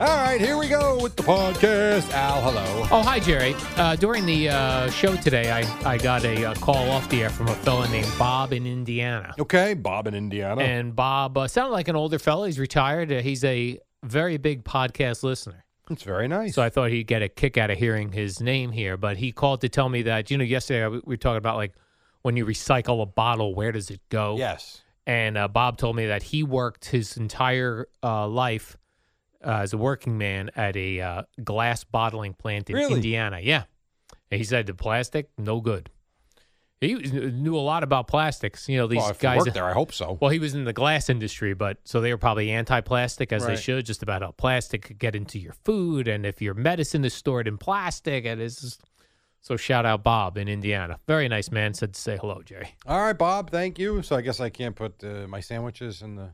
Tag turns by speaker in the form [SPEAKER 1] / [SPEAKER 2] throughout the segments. [SPEAKER 1] All right, here we go with the podcast. Al, hello.
[SPEAKER 2] Oh, hi, Jerry. Uh, during the uh, show today, I, I got a uh, call off the air from a fella named Bob in Indiana.
[SPEAKER 1] Okay, Bob in Indiana.
[SPEAKER 2] And Bob sounded like an older fella. He's retired. Uh, he's a very big podcast listener.
[SPEAKER 1] It's very nice.
[SPEAKER 2] So I thought he'd get a kick out of hearing his name here, but he called to tell me that, you know, yesterday we were talking about like when you recycle a bottle, where does it go?
[SPEAKER 1] Yes.
[SPEAKER 2] And uh, Bob told me that he worked his entire life – uh, as a working man at a uh, glass bottling plant in
[SPEAKER 1] really?
[SPEAKER 2] Indiana. Yeah. And he said the plastic, no good. He was, knew a lot about plastics. You know, these
[SPEAKER 1] well,
[SPEAKER 2] guys.
[SPEAKER 1] there, I hope so.
[SPEAKER 2] Well, he was in the glass industry, but so they were probably anti plastic, as right. they should, just about how plastic could get into your food and if your medicine is stored in plastic. And it's just, so shout out Bob in Indiana. Very nice man. Said to say hello, Jerry.
[SPEAKER 1] All right, Bob. Thank you. So I guess I can't put uh, my sandwiches in the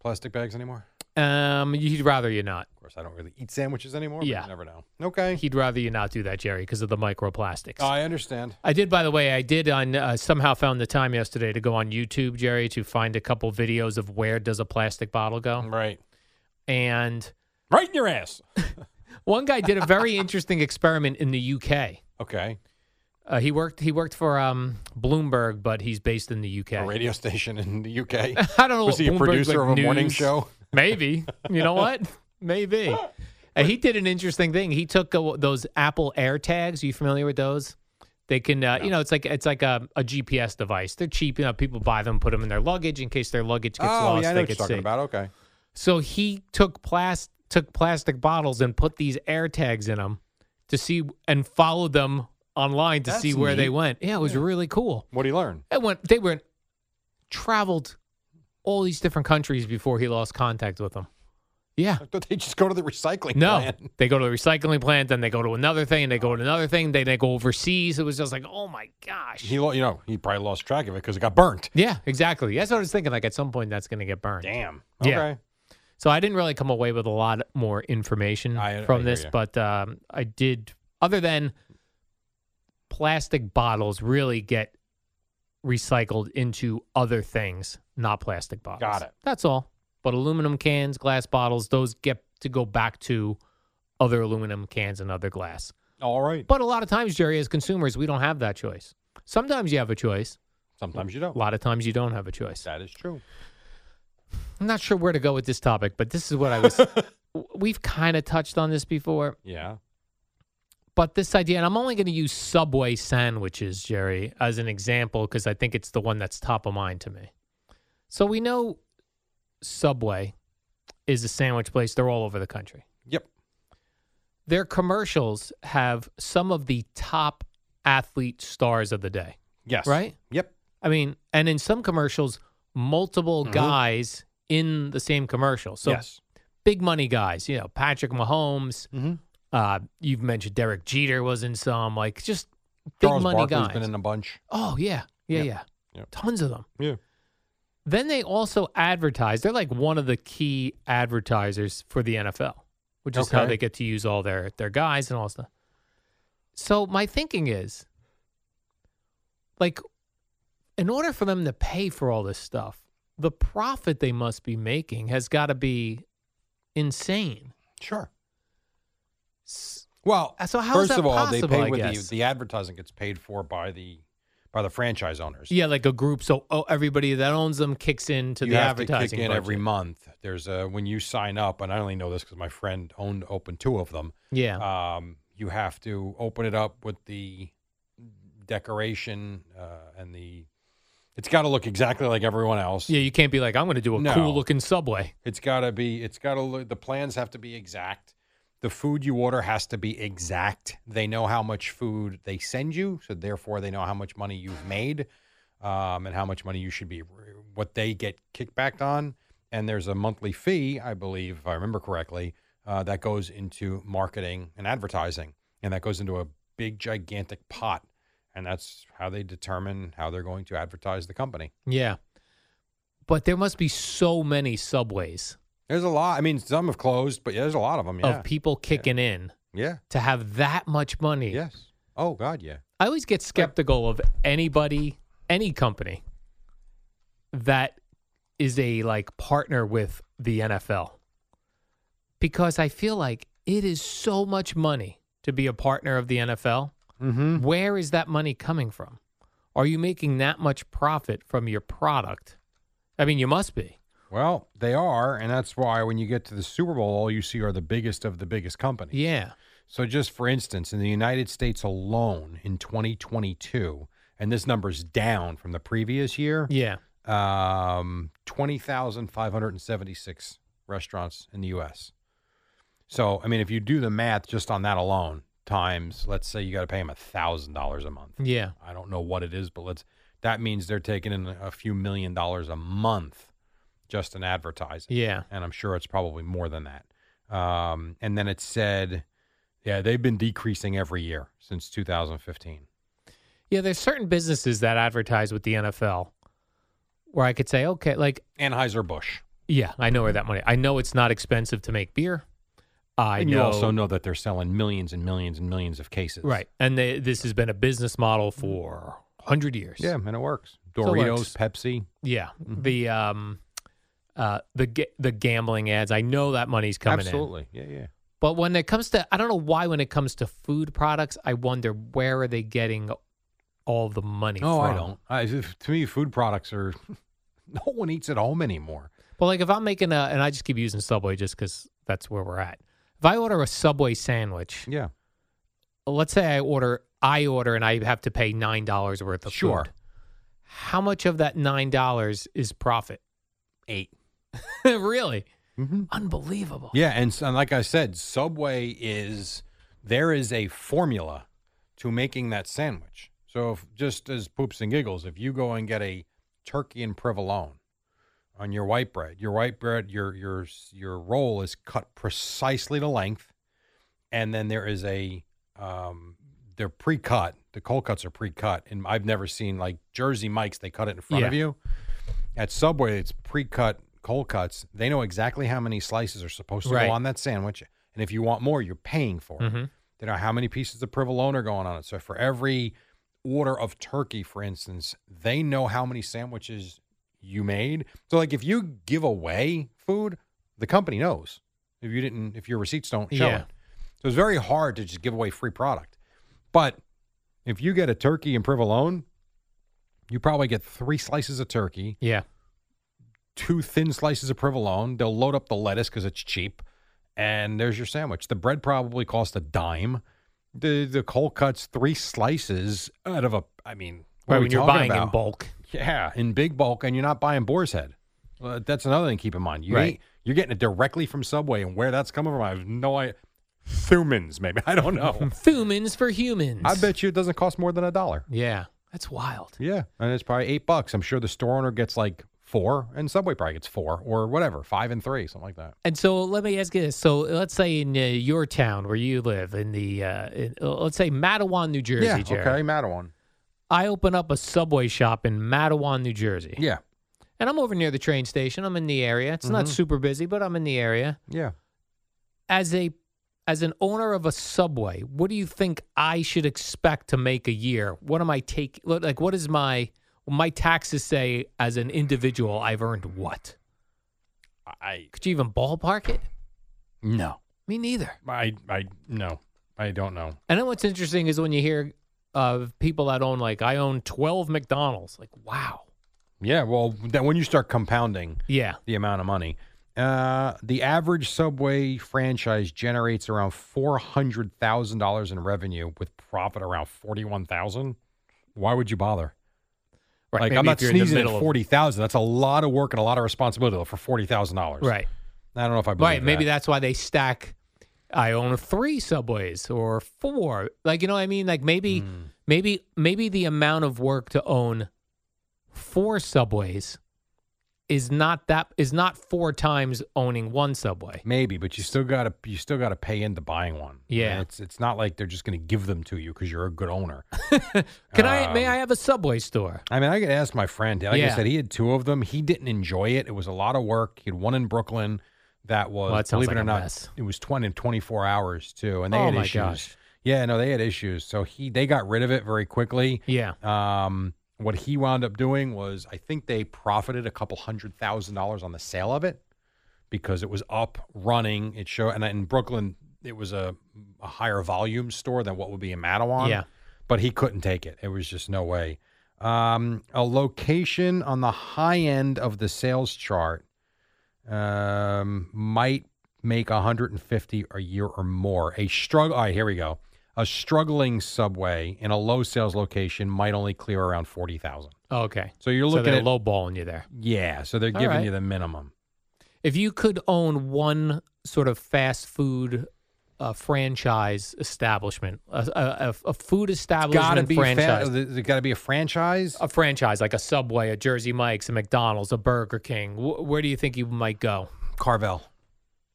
[SPEAKER 1] plastic bags anymore.
[SPEAKER 2] Um, he'd rather you not.
[SPEAKER 1] Of course, I don't really eat sandwiches anymore.
[SPEAKER 2] Yeah,
[SPEAKER 1] never know. Okay,
[SPEAKER 2] he'd rather you not do that, Jerry, because of the microplastics.
[SPEAKER 3] Uh,
[SPEAKER 1] Oh, I understand.
[SPEAKER 2] I did, by the way. I did on uh, somehow found the time yesterday to go on YouTube, Jerry, to find a couple videos of where does a plastic bottle go.
[SPEAKER 1] Right.
[SPEAKER 2] And
[SPEAKER 1] right in your ass.
[SPEAKER 2] one guy did a very interesting experiment in the UK.
[SPEAKER 1] Okay.
[SPEAKER 2] Uh, he worked. He worked for um, Bloomberg, but he's based in the UK.
[SPEAKER 1] A radio station in the UK.
[SPEAKER 2] I don't know.
[SPEAKER 1] Oh, Was he
[SPEAKER 2] Bloomberg,
[SPEAKER 1] a producer
[SPEAKER 2] like
[SPEAKER 1] of a
[SPEAKER 2] news.
[SPEAKER 1] morning
[SPEAKER 3] Oh,
[SPEAKER 1] show?
[SPEAKER 2] Maybe. You know what? Maybe. And he did an interesting thing. He took uh, those Apple AirTags. Are you familiar with those? They can, uh, no. you know, it's like it's like a, a, GPS device. They're cheap. You know, people buy them, put them in their luggage in case their luggage
[SPEAKER 1] oh,
[SPEAKER 2] gets lost.
[SPEAKER 1] Yeah, I
[SPEAKER 2] know
[SPEAKER 1] they what you're talking
[SPEAKER 2] sick.
[SPEAKER 1] about. Okay.
[SPEAKER 2] So he took plas- took plastic bottles and put these AirTags in them to see and followed them online to
[SPEAKER 1] That's
[SPEAKER 2] see where
[SPEAKER 1] neat.
[SPEAKER 2] they went. Yeah, it was
[SPEAKER 1] Yeah.
[SPEAKER 2] really cool.
[SPEAKER 1] What do you learn?
[SPEAKER 2] It went. They were traveled all these different countries before he lost contact with them. Yeah.
[SPEAKER 1] I thought they just go to the recycling
[SPEAKER 2] No,
[SPEAKER 1] plant.
[SPEAKER 2] they go to the recycling plant, then they go to another thing, and they go to another thing, then they go overseas. It was just like, oh my gosh.
[SPEAKER 1] He, lo- you know, he probably lost track of it because it got burnt.
[SPEAKER 2] yeah, exactly. That's what I was thinking. Like at some point, that's going to get burned.
[SPEAKER 1] Damn. Okay.
[SPEAKER 2] Yeah. So I didn't really come away with a lot more information
[SPEAKER 1] I- I
[SPEAKER 2] from
[SPEAKER 1] hear
[SPEAKER 2] this,
[SPEAKER 1] ya.
[SPEAKER 2] but um, I did. Other than plastic bottles, really get recycled into other things, not plastic bottles.
[SPEAKER 1] Got it.
[SPEAKER 2] That's all. But aluminum cans, glass bottles, those get to go back to other aluminum cans and other glass.
[SPEAKER 1] All right.
[SPEAKER 2] But a lot of times, Jerry, as consumers, we don't have that choice. Sometimes you have a choice.
[SPEAKER 1] Sometimes you don't.
[SPEAKER 2] A lot of times you don't have a choice.
[SPEAKER 1] That is true.
[SPEAKER 2] I'm not sure where to go with this topic, but this is what I was. w- We've kind of touched on this before,
[SPEAKER 1] Yeah.
[SPEAKER 2] but this idea, and I'm only going to use Subway sandwiches, Jerry, as an example because I think it's the one that's top of mind to me. So we know Subway is a sandwich place, they're all over the country.
[SPEAKER 1] Yep.
[SPEAKER 2] Their commercials have some of the top athlete stars of the day.
[SPEAKER 1] Yes.
[SPEAKER 2] Right?
[SPEAKER 1] Yep.
[SPEAKER 2] I mean, and in some commercials, multiple guys in the same commercial. So
[SPEAKER 1] Mm-hmm. yes.
[SPEAKER 2] big money guys, you know, Patrick Mahomes.
[SPEAKER 1] Mhm.
[SPEAKER 2] Uh, you've mentioned Derek Jeter was in some, like just big
[SPEAKER 1] Charles
[SPEAKER 2] money
[SPEAKER 1] Barkley's
[SPEAKER 2] guys.
[SPEAKER 1] been in a bunch.
[SPEAKER 2] oh yeah, yeah,
[SPEAKER 1] Yep.
[SPEAKER 2] yeah,
[SPEAKER 1] Yep.
[SPEAKER 2] tons of them.
[SPEAKER 1] Yeah.
[SPEAKER 2] Then they also advertise. They're like one of the key advertisers for the NFL, which is how
[SPEAKER 1] Okay.
[SPEAKER 2] they get to use all their their guys and all stuff. So my thinking is, like, in order for them to pay for all this stuff, the profit they must be making has got to be insane.
[SPEAKER 3] Sure. Well,
[SPEAKER 2] Uh, so how
[SPEAKER 3] first
[SPEAKER 2] is that
[SPEAKER 3] of all,
[SPEAKER 2] possible,
[SPEAKER 3] they pay
[SPEAKER 2] I
[SPEAKER 3] with
[SPEAKER 2] guess?
[SPEAKER 3] the the advertising gets paid for by the by the franchise owners.
[SPEAKER 2] Yeah, like a group. So oh, everybody that owns them kicks into
[SPEAKER 3] you
[SPEAKER 2] the
[SPEAKER 3] have to
[SPEAKER 2] advertising
[SPEAKER 3] kick in every
[SPEAKER 2] budget.
[SPEAKER 3] month. There's a when you sign up, and I only know this because my friend owned opened two of them.
[SPEAKER 2] Yeah.
[SPEAKER 3] Um, you have to open it up with the decoration uh, and the. It's got to look exactly like everyone else.
[SPEAKER 2] yeah, you can't be like, I'm going to do a
[SPEAKER 3] No.
[SPEAKER 2] cool looking subway.
[SPEAKER 3] It's got to be. It's got to look. The plans have to be exact. The food you order has to be exact. They know how much food they send you, so therefore they know how much money you've made, um, and how much money you should be what they get kickbacked on. And there's a monthly fee, I believe, if I remember correctly, uh, that goes into marketing and advertising, and that goes into a big gigantic pot, and that's how they determine how they're going to advertise the company.
[SPEAKER 2] Yeah. But there must be so many subways
[SPEAKER 3] There's a lot. I mean, some have closed, but yeah, there's a lot of them. Yeah.
[SPEAKER 2] of people kicking in
[SPEAKER 3] yeah.
[SPEAKER 2] to have that much money.
[SPEAKER 3] Yes. Oh God, yeah.
[SPEAKER 2] I always get skeptical of anybody, any company that is a like partner with the NFL because I feel like it is so much money to be a partner of the NFL.
[SPEAKER 3] Mm-hmm.
[SPEAKER 2] Where is that money coming from? Are you making that much profit from your product? I mean, you must be.
[SPEAKER 3] Well, they are, and that's why when you get to the Super Bowl, all you see are the biggest of the biggest companies.
[SPEAKER 2] Yeah.
[SPEAKER 3] So, just for instance, in the United States alone in 2022, and this number's down from the previous year,
[SPEAKER 2] Yeah.
[SPEAKER 3] um, 20,576 restaurants in the U.S. So, I mean, if you do the math just on that alone, times let's say you got to pay them a thousand dollars a month.
[SPEAKER 2] Yeah.
[SPEAKER 3] I don't know what it is, but let's that means they're taking in a few million dollars a month just in advertising.
[SPEAKER 2] Yeah.
[SPEAKER 3] And I'm sure it's probably more than that. Um, and then it said, yeah, they've been decreasing every year since 2015.
[SPEAKER 2] Yeah. There's certain businesses that advertise with the NFL where I could say, okay, like
[SPEAKER 3] Anheuser-Busch.
[SPEAKER 2] Yeah, I know where that money. I know it's not expensive to make beer. I
[SPEAKER 3] and
[SPEAKER 2] know,
[SPEAKER 3] you also know that they're selling millions and millions and millions of cases.
[SPEAKER 2] right, and they, this has been a business model for hundred years.
[SPEAKER 3] Yeah, Mm-hmm. and it works.
[SPEAKER 2] So it
[SPEAKER 3] Doritos,
[SPEAKER 2] works.
[SPEAKER 3] Pepsi.
[SPEAKER 2] yeah. The um, uh, the ga- the gambling ads. I know that money's coming in.
[SPEAKER 3] Absolutely. Yeah, yeah.
[SPEAKER 2] But when it comes to, I don't know why. When it comes to food products, I wonder where are they getting all the money?
[SPEAKER 3] No,
[SPEAKER 2] from?
[SPEAKER 3] I don't. I, to me, food products are no one eats at home anymore.
[SPEAKER 2] Well, like if I'm making a, and I just keep using Subway just because that's where we're at. If I order a Subway sandwich,
[SPEAKER 3] Yeah.
[SPEAKER 2] let's say I order I order and I have to pay nine dollars worth of
[SPEAKER 3] Sure.
[SPEAKER 2] food. How much of that nine dollars is profit?
[SPEAKER 3] Eight.
[SPEAKER 2] really? Unbelievable.
[SPEAKER 3] Yeah, and, s- and like I said, Subway is there is a formula to making that sandwich. So if, just as poops and giggles, if you go and get a turkey and provolone on your white bread, your white bread, your your s- your roll is cut precisely to length, and then there is a um, they're pre-cut. The cold cuts are pre-cut, and I've never seen like Jersey Mike's. They cut it in front of
[SPEAKER 2] Yeah.
[SPEAKER 3] you. At Subway, it's pre-cut cold cuts. They know exactly how many slices are supposed to
[SPEAKER 2] Right.
[SPEAKER 3] go on that sandwich, and if you want more, you're paying for it.
[SPEAKER 2] Mhm.
[SPEAKER 3] They know how many pieces of provolone are going on it. So for every order of turkey, for instance, they know how many sandwiches you made. So like if you give away food, the company knows. If you didn't, if your receipts don't show
[SPEAKER 2] Yeah.
[SPEAKER 3] it, so it's very hard to just give away free product. But if you get a turkey and provolone, you probably get three slices of turkey,
[SPEAKER 2] Yeah.
[SPEAKER 3] two thin slices of provolone. They'll load up the lettuce because it's cheap, and there's your sandwich. The bread probably cost a dime. The the cold cuts three slices out of a. I mean, what
[SPEAKER 2] Right
[SPEAKER 3] are we
[SPEAKER 2] when you're
[SPEAKER 3] talking
[SPEAKER 2] buying in
[SPEAKER 3] about?
[SPEAKER 2] bulk.
[SPEAKER 3] Yeah, in big bulk, and you're not buying boar's head. Uh, that's another thing to keep in mind. You
[SPEAKER 2] Right.
[SPEAKER 3] ain't- you're getting it directly from Subway, and where that's coming from, I have no idea. Thumans, maybe I don't know.
[SPEAKER 2] Thumans for humans.
[SPEAKER 3] I bet you it doesn't cost more than a dollar.
[SPEAKER 2] Yeah. That's wild.
[SPEAKER 3] Yeah, and it's probably eight bucks. I'm sure the store owner gets like four, and Subway probably gets four or whatever, five and three, something like that.
[SPEAKER 2] And so let me ask you this. So let's say in uh, your town where you live, in the, uh, in, uh, let's say Mattawan, New Jersey,
[SPEAKER 3] yeah,
[SPEAKER 2] Jerry.
[SPEAKER 3] okay, Mattawan.
[SPEAKER 2] I open up a subway shop in Mattawan, New Jersey.
[SPEAKER 3] Yeah,
[SPEAKER 2] And I'm over near the train station. I'm in the area. It's
[SPEAKER 3] Mm-hmm.
[SPEAKER 2] not super busy, but I'm in the area.
[SPEAKER 3] yeah.
[SPEAKER 2] as a as an owner of a subway, what do you think I should expect to make a year? What am I taking? Like, what is my my taxes say as an individual I've earned what?
[SPEAKER 3] I
[SPEAKER 2] Could you even ballpark it?
[SPEAKER 3] no.
[SPEAKER 2] Me neither.
[SPEAKER 3] I I no. I don't know.
[SPEAKER 2] And then what's interesting is when you hear of people that own like I own twelve McDonald's. Like wow.
[SPEAKER 3] Yeah, well, then when you start compounding
[SPEAKER 2] Yeah.
[SPEAKER 3] the amount of money, uh, the average Subway franchise generates around four hundred thousand dollars in revenue with profit around forty-one thousand. Why would you bother?
[SPEAKER 2] Right.
[SPEAKER 3] like
[SPEAKER 2] maybe
[SPEAKER 3] I'm not
[SPEAKER 2] if you're in the
[SPEAKER 3] sneezing
[SPEAKER 2] middle
[SPEAKER 3] at
[SPEAKER 2] of-
[SPEAKER 3] forty thousand. That's a lot of work and a lot of responsibility though, for forty thousand dollars.
[SPEAKER 2] Right.
[SPEAKER 3] I don't know if I believe
[SPEAKER 2] Right. Maybe
[SPEAKER 3] that.
[SPEAKER 2] that's why they stack. I own three subways or four. Like you know what I mean? Like maybe,
[SPEAKER 3] Hmm.
[SPEAKER 2] maybe, maybe the amount of work to own four subways is not that is not four times owning one subway.
[SPEAKER 3] Maybe, but you still gotta you still gotta pay into buying one.
[SPEAKER 2] Yeah.
[SPEAKER 3] And it's it's not like they're just gonna give them to you because you're a good owner.
[SPEAKER 2] Can I? May
[SPEAKER 3] Um,
[SPEAKER 2] I have a subway store?
[SPEAKER 3] I mean, I could ask my friend. Like I
[SPEAKER 2] Yeah.
[SPEAKER 3] said, he had two of them. He didn't enjoy it. It was a lot of work. He had one in Brooklyn that was,
[SPEAKER 2] Well, that sounds
[SPEAKER 3] believe it or
[SPEAKER 2] like a
[SPEAKER 3] not,
[SPEAKER 2] mess.
[SPEAKER 3] it was 20 to 24 hours too. And they
[SPEAKER 2] Oh,
[SPEAKER 3] had
[SPEAKER 2] my
[SPEAKER 3] issues.
[SPEAKER 2] gosh.
[SPEAKER 3] Yeah, no, they had issues. So he they got rid of it very quickly.
[SPEAKER 2] Yeah.
[SPEAKER 3] Um, what he wound up doing was, I think they profited a couple hundred thousand dollars on the sale of it because it was up running. It showed, and in Brooklyn, it was a, a higher volume store than what would be in Mattawan.
[SPEAKER 2] Yeah.
[SPEAKER 3] But he couldn't take it. It was just no way. Um, a location on the high end of the sales chart um, might make 150 a year or more. A struggle. All right, here we go. A struggling subway in a low sales location might only clear around forty thousand.
[SPEAKER 2] Oh, okay.
[SPEAKER 3] So you're
[SPEAKER 2] so
[SPEAKER 3] looking
[SPEAKER 2] they're
[SPEAKER 3] at
[SPEAKER 2] lowballing you there.
[SPEAKER 3] yeah. So they're
[SPEAKER 2] All
[SPEAKER 3] giving
[SPEAKER 2] right.
[SPEAKER 3] you the minimum.
[SPEAKER 2] If you could own one sort of fast food uh, franchise establishment, a, a, a- a food establishment
[SPEAKER 3] Got to be
[SPEAKER 2] franchise,
[SPEAKER 3] franchise. There's got to be a franchise.
[SPEAKER 2] a franchise like a Subway, a Jersey Mike's, a McDonald's, a Burger King. Wh- where do you think you might go?
[SPEAKER 3] Carvel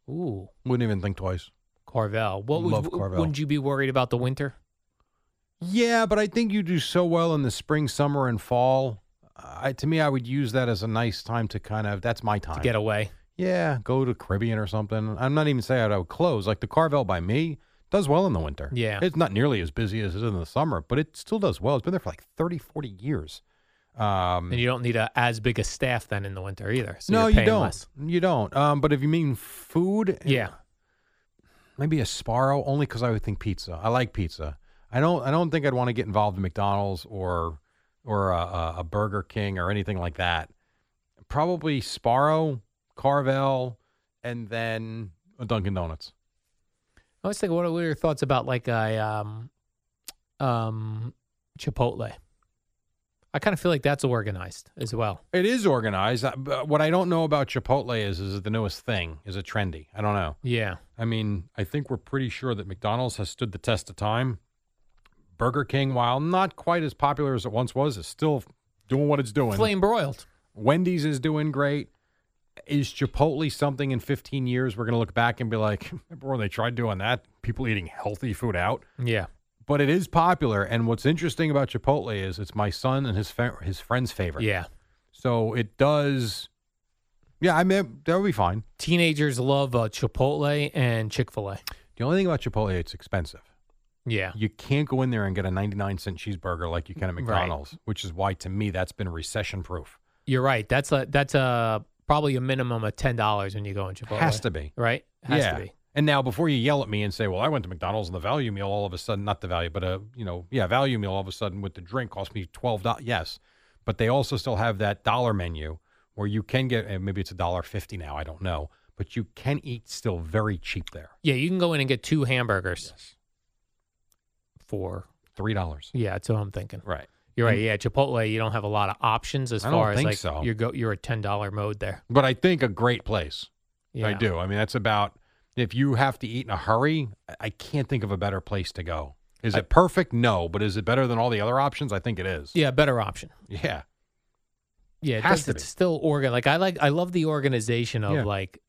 [SPEAKER 2] Ooh,
[SPEAKER 3] wouldn't even think twice.
[SPEAKER 2] Carvel. What would,
[SPEAKER 3] Love Carvel.
[SPEAKER 2] wouldn't you be worried about the winter?
[SPEAKER 3] Yeah, but I think you do so well in the spring, summer, and fall. I, to me, I would use that as a nice time to kind of. That's my time.
[SPEAKER 2] To get away.
[SPEAKER 3] Yeah, go to Caribbean or something. I'm not even saying I would close. Like the Carvel by me does well in the winter.
[SPEAKER 2] Yeah.
[SPEAKER 3] It's not nearly as busy as it is in the summer, but it still does well. It's been there for like 30, 40 years. Um,
[SPEAKER 2] And you don't need a, as big a staff then in the winter either. So
[SPEAKER 3] no,
[SPEAKER 2] you're
[SPEAKER 3] you
[SPEAKER 2] paying
[SPEAKER 3] don't.
[SPEAKER 2] less.
[SPEAKER 3] You don't. Um, but if you mean food,
[SPEAKER 2] Yeah.
[SPEAKER 3] maybe a Sparrow only because I would think pizza. I like pizza. I don't. I don't think I'd want to get involved in McDonald's or or a- a, a Burger King or anything like that. Probably Sparrow, Carvel, and then a Dunkin' Donuts.
[SPEAKER 2] I was thinking, what were your thoughts about like a um, um, Chipotle? I kind of feel like that's organized as well.
[SPEAKER 3] It is organized. Uh, but What I don't know about Chipotle is is it the newest thing? Is it trendy? I don't know.
[SPEAKER 2] Yeah.
[SPEAKER 3] I mean, I think we're pretty sure that McDonald's has stood the test of time. Burger King, while not quite as popular as it once was, is still doing what it's doing.
[SPEAKER 2] Flame broiled.
[SPEAKER 3] Wendy's is doing great. Is Chipotle something in 15 years we're going to look back and be like, remember when they tried doing that? People eating healthy food out.
[SPEAKER 2] Yeah.
[SPEAKER 3] But it is popular. And what's interesting about Chipotle is it's my son and his fa- his friend's favorite.
[SPEAKER 2] Yeah.
[SPEAKER 3] So it does. Yeah, I mean that would be fine.
[SPEAKER 2] Teenagers love uh, Chipotle and Chick fil A.
[SPEAKER 3] The only thing about Chipotle, it's expensive.
[SPEAKER 2] Yeah.
[SPEAKER 3] You can't go in there and get a 99 cent cheeseburger like you can at
[SPEAKER 2] Right.
[SPEAKER 3] McDonald's, which is why to me that's been recession proof.
[SPEAKER 2] You're right. That's a that's a probably a minimum of ten dollars when you go in Chipotle.
[SPEAKER 3] Has to be.
[SPEAKER 2] right. Has
[SPEAKER 3] yeah.
[SPEAKER 2] to be.
[SPEAKER 3] And now before you yell at me and say, "Well, I went to McDonald's and the value meal all of a sudden not the value, but a, you know, yeah, value meal all of a sudden with the drink cost me $12." Yes. But they also still have that dollar menu where you can get and maybe it's a dollar 50 now, I don't know, but you can eat still very cheap there.
[SPEAKER 2] Yeah, you can go in and get two hamburgers for
[SPEAKER 3] $3.
[SPEAKER 2] yeah. That's what I'm thinking.
[SPEAKER 3] Right.
[SPEAKER 2] You're right. Yeah, Chipotle, you don't have a lot of options as
[SPEAKER 3] I don't
[SPEAKER 2] far as
[SPEAKER 3] think
[SPEAKER 2] like
[SPEAKER 3] so.
[SPEAKER 2] you go. You're a ten dollar mode there.
[SPEAKER 3] But I think a great place.
[SPEAKER 2] Yeah.
[SPEAKER 3] I do. I mean, that's about if you have to eat in a hurry, I- I can't think of a better place to go. Is
[SPEAKER 2] I-
[SPEAKER 3] it perfect? No, but is it better than all the other options? I think it is.
[SPEAKER 2] Yeah, better option.
[SPEAKER 3] Yeah.
[SPEAKER 2] Yeah, it
[SPEAKER 3] Has
[SPEAKER 2] does-
[SPEAKER 3] to
[SPEAKER 2] it's
[SPEAKER 3] be.
[SPEAKER 2] still organ. Like I like I love the organization of
[SPEAKER 3] Yeah.
[SPEAKER 2] like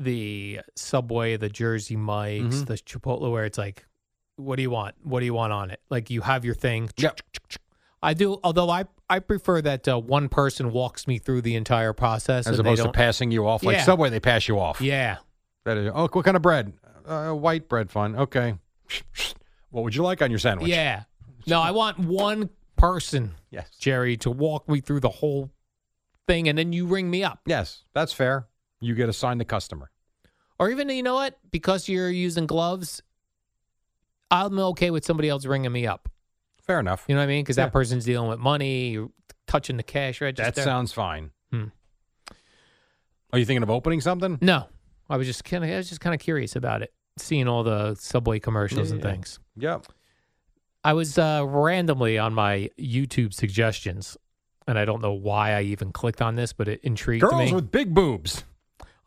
[SPEAKER 2] the Subway, the Jersey Mike's,
[SPEAKER 3] Mhm.
[SPEAKER 2] the Chipotle, where it's like, what do you want? What do you want on it? Like you have your thing.
[SPEAKER 3] Yep.
[SPEAKER 2] I do, although I I prefer that uh, one person walks me through the entire process
[SPEAKER 3] As
[SPEAKER 2] and they
[SPEAKER 3] opposed to
[SPEAKER 2] don't-
[SPEAKER 3] passing you off like
[SPEAKER 2] Yeah.
[SPEAKER 3] Subway, they pass you off.
[SPEAKER 2] Yeah,
[SPEAKER 3] That is, oh, what kind of bread? Uh, white bread, fine. Okay. What would you like on your sandwich?
[SPEAKER 2] yeah. No, I want one person,
[SPEAKER 3] Yes.
[SPEAKER 2] Jerry, to walk me through the whole thing, and then you ring me up.
[SPEAKER 3] Yes, that's fair. You get assigned the customer.
[SPEAKER 2] Or even, you know what? Because you're using gloves, I'm okay with somebody else ringing me up.
[SPEAKER 3] Fair enough.
[SPEAKER 2] You know what I mean? Because
[SPEAKER 3] Yeah.
[SPEAKER 2] that person's dealing with money, you're touching the cash register.
[SPEAKER 3] that sounds fine.
[SPEAKER 2] Hmm.
[SPEAKER 3] Are you thinking of opening something?
[SPEAKER 2] No, I was just kind of, I was just kind of curious about it, seeing all the subway commercials and
[SPEAKER 3] Yeah.
[SPEAKER 2] things.
[SPEAKER 3] Yep.
[SPEAKER 2] I was uh, randomly on my YouTube suggestions, and I don't know why I even clicked on this, but it intrigued
[SPEAKER 3] Girls
[SPEAKER 2] me.
[SPEAKER 3] with big boobs.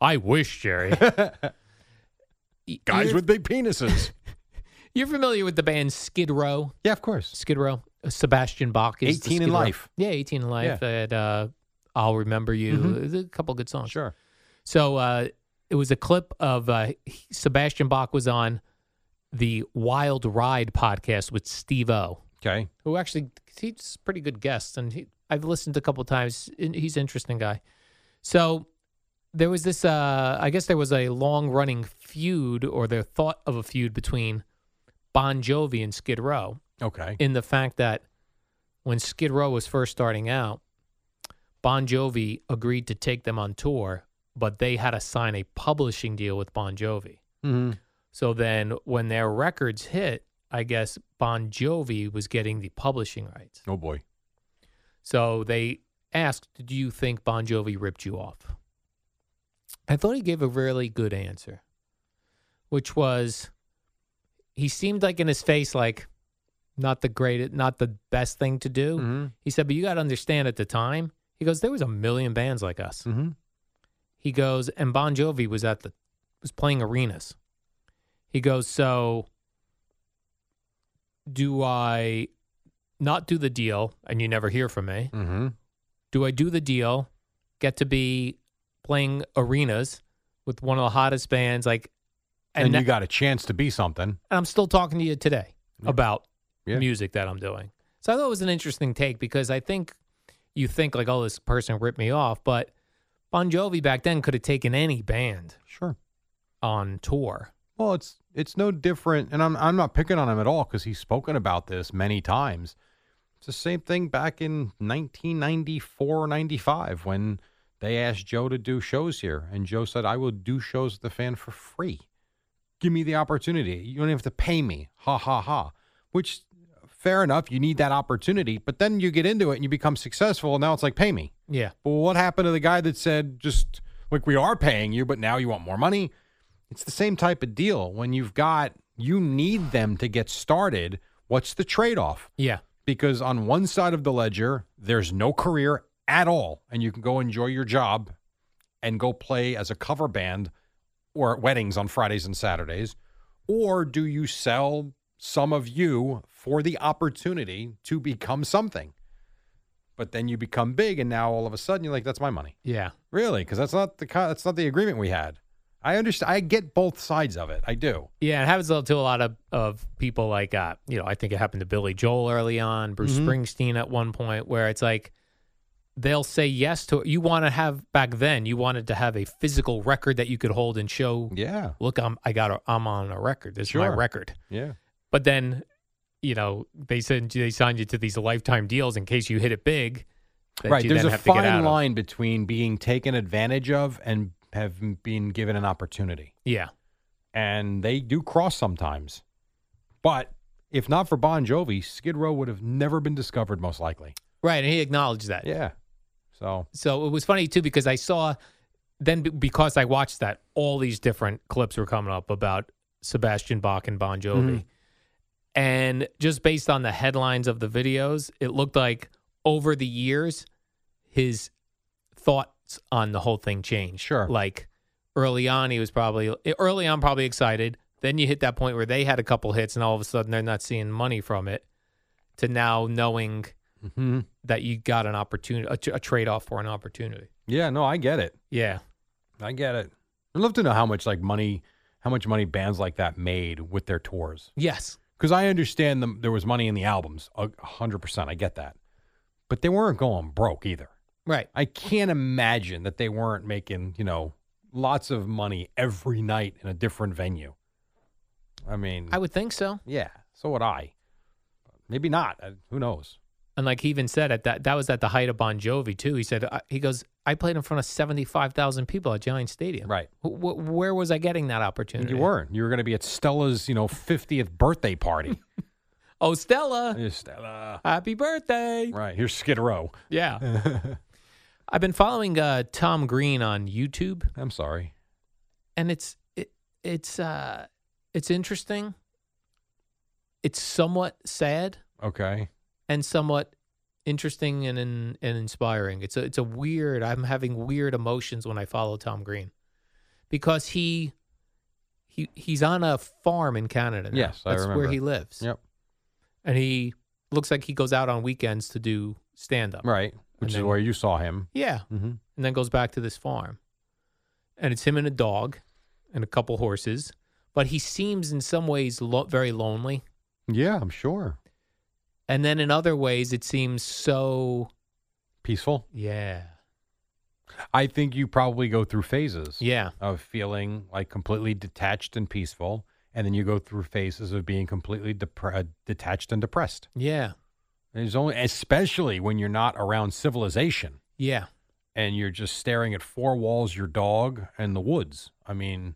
[SPEAKER 2] I wish, Jerry.
[SPEAKER 3] Guys
[SPEAKER 2] you're,
[SPEAKER 3] with big penises.
[SPEAKER 2] you're familiar with the band Skid Row?
[SPEAKER 3] yeah, of course.
[SPEAKER 2] Skid Row. Sebastian Bach is the
[SPEAKER 3] 18 in
[SPEAKER 2] Skid Row-
[SPEAKER 3] Life.
[SPEAKER 2] Yeah, 18 in life.
[SPEAKER 3] Yeah. Mm-hmm.
[SPEAKER 2] And uh, I'll remember you. There's A couple good songs.
[SPEAKER 3] Sure.
[SPEAKER 2] So uh, it was a clip of uh, he- Sebastian Bach was on the Wild Ride podcast with Steve O,
[SPEAKER 3] Okay.
[SPEAKER 2] who actually he's a pretty good guest, and he, I've listened a couple times. and He's an interesting guy. So there was this, uh, I guess there was a long running feud, or the thought of a feud between Bon Jovi and Skid Row
[SPEAKER 3] Okay.
[SPEAKER 2] in the fact that when Skid Row was first starting out, Bon Jovi agreed to take them on tour, but they had to sign a publishing deal with Bon Jovi.
[SPEAKER 3] Mm-hmm.
[SPEAKER 2] So then when their records hit, I guess Bon Jovi was getting the publishing rights.
[SPEAKER 3] Oh boy.
[SPEAKER 2] So they asked, Do you think Bon Jovi ripped you off? I thought he gave a really good answer, which was he seemed like in his face, like, not the great, not the best thing to do.
[SPEAKER 3] Mhm.
[SPEAKER 2] He said, but you got to understand at the time, he goes, there was a million bands like us.
[SPEAKER 3] Mhm.
[SPEAKER 2] He goes, and Bon Jovi was at the, was playing arenas. He goes, so do I not do the deal and you never hear from me?
[SPEAKER 3] Mm-hmm.
[SPEAKER 2] do I do the deal, get to be playing arenas with one of the hottest bands, like,
[SPEAKER 3] And,
[SPEAKER 2] and,
[SPEAKER 3] you
[SPEAKER 2] that-
[SPEAKER 3] got a chance to be something.
[SPEAKER 2] and I'm still talking to you today about
[SPEAKER 3] Yeah.
[SPEAKER 2] music that I'm doing. So I thought it was an interesting take because I think you think like, oh, this person ripped me off, but Bon Jovi back then could have taken any band
[SPEAKER 3] Sure.
[SPEAKER 2] on tour.
[SPEAKER 3] Well, it's it's no different, and I'm I'm not picking on him at all because he's spoken about this many times. It's the same thing back in 1994, 95 when they asked Joe to do shows here, and Joe said, "I will do shows at the fan for free. Give me the opportunity. You don't have to pay me." Ha ha ha. Which, fair enough, you need that opportunity, but then you get into it and you become successful, and now it's like, "Pay me."
[SPEAKER 2] Yeah.
[SPEAKER 3] Well, what happened to the guy that said, just like we are paying you, but now you want more money? It's the same type of deal. When you've got, you need them to get started. What's the trade off?
[SPEAKER 2] Yeah.
[SPEAKER 3] Because on one side of the ledger, there's no career at all, and you can go enjoy your job and go play as a cover band or at weddings on Fridays and Saturdays. Or do you sell some of you for the opportunity to become something? But then you become big, and now all of a sudden you're like, "That's my money."
[SPEAKER 2] Yeah.
[SPEAKER 3] Really? Because that's not the co- that's not the agreement we had. I understand. I get both sides of it. I do.
[SPEAKER 2] Yeah, it happens to a lot of, of people like, uh, you know, I think it happened to Billy Joel early on, Bruce
[SPEAKER 3] Mm-hmm.
[SPEAKER 2] Springsteen at one point, where it's like they'll say yes to You want to have back then, you wanted to have a physical record that you could hold and show.
[SPEAKER 3] Yeah.
[SPEAKER 2] Look, I'm I got a, I'm on a record. This is my
[SPEAKER 3] Sure.
[SPEAKER 2] record.
[SPEAKER 3] Yeah.
[SPEAKER 2] But then, you know, they send you, they signed you to these lifetime deals in case you hit it big. that
[SPEAKER 3] right.
[SPEAKER 2] you
[SPEAKER 3] There's
[SPEAKER 2] then
[SPEAKER 3] a
[SPEAKER 2] have to get out
[SPEAKER 3] fine
[SPEAKER 2] of.
[SPEAKER 3] line between being taken advantage of and have been given an opportunity,
[SPEAKER 2] Yeah,
[SPEAKER 3] and they do cross sometimes. But if not for Bon Jovi, Skid Row would have never been discovered, most likely.
[SPEAKER 2] right. And he acknowledged that.
[SPEAKER 3] Yeah. So
[SPEAKER 2] So it was funny too because I saw then b- because I watched that all these different clips were coming up about Sebastian Bach and Bon Jovi. And just based on the headlines of the videos, it looked like over the years his thoughts on the whole thing changed.
[SPEAKER 3] Sure.
[SPEAKER 2] Like early on he was probably early on probably excited. Then you hit that point where they had a couple hits and all of a sudden they're not seeing money from it to now knowing that you got an opportunity, a, tr- a trade off for an opportunity.
[SPEAKER 3] yeah, no, I get it.
[SPEAKER 2] Yeah.
[SPEAKER 3] I get it. I'd love to know how much like money, how much money bands like that made with their tours.
[SPEAKER 2] Yes.
[SPEAKER 3] because I understand them. There was money in the albums, a hundred percent. I get that, but they weren't going broke either.
[SPEAKER 2] Right.
[SPEAKER 3] I can't imagine that they weren't making you know lots of money every night in a different venue. I mean,
[SPEAKER 2] I would think so.
[SPEAKER 3] yeah. So would I. Maybe not. Uh, Who knows?
[SPEAKER 2] And like he even said at that that was at the height of Bon Jovi too. He said I- he goes, I played in front of seventy five thousand people at Giant Stadium.
[SPEAKER 3] Right.
[SPEAKER 2] Wh- wh- where was I getting that opportunity?
[SPEAKER 3] You weren't. You were going to be at Stella's, you know, 50th birthday party.
[SPEAKER 2] Oh, Stella,
[SPEAKER 3] Here's Stella.
[SPEAKER 2] happy birthday!
[SPEAKER 3] Right. Here's Skid Row.
[SPEAKER 2] Yeah. I've been following uh, Tom Green on YouTube,
[SPEAKER 3] I'm sorry.
[SPEAKER 2] and it's it, it's uh, it's interesting. It's somewhat sad
[SPEAKER 3] Okay.
[SPEAKER 2] and somewhat interesting and in, and inspiring. It's a it's a weird. I'm having weird emotions when I follow Tom Green because he he he's on a farm in Canada. Now.
[SPEAKER 3] Yes, I
[SPEAKER 2] that's where
[SPEAKER 3] remember.
[SPEAKER 2] he lives.
[SPEAKER 3] Yep.
[SPEAKER 2] and he looks like he goes out on weekends to do stand up.
[SPEAKER 3] Right. Which is
[SPEAKER 2] uh, then-
[SPEAKER 3] where you saw him.
[SPEAKER 2] Yeah.
[SPEAKER 3] Mm-hmm.
[SPEAKER 2] and then goes back to this farm. And it's him and a dog and a couple horses, but he seems in some ways lo- very lonely.
[SPEAKER 3] Yeah, I'm sure.
[SPEAKER 2] And then in other ways, it seems so,
[SPEAKER 3] Peaceful.
[SPEAKER 2] yeah,
[SPEAKER 3] I think you probably go through phases
[SPEAKER 2] yeah,
[SPEAKER 3] of feeling like completely detached and peaceful. And then you go through phases of being completely depre- uh, detached and depressed.
[SPEAKER 2] yeah,
[SPEAKER 3] There's only, especially when you're not around civilization
[SPEAKER 2] yeah.
[SPEAKER 3] and you're just staring at four walls, your dog, and the woods. I mean,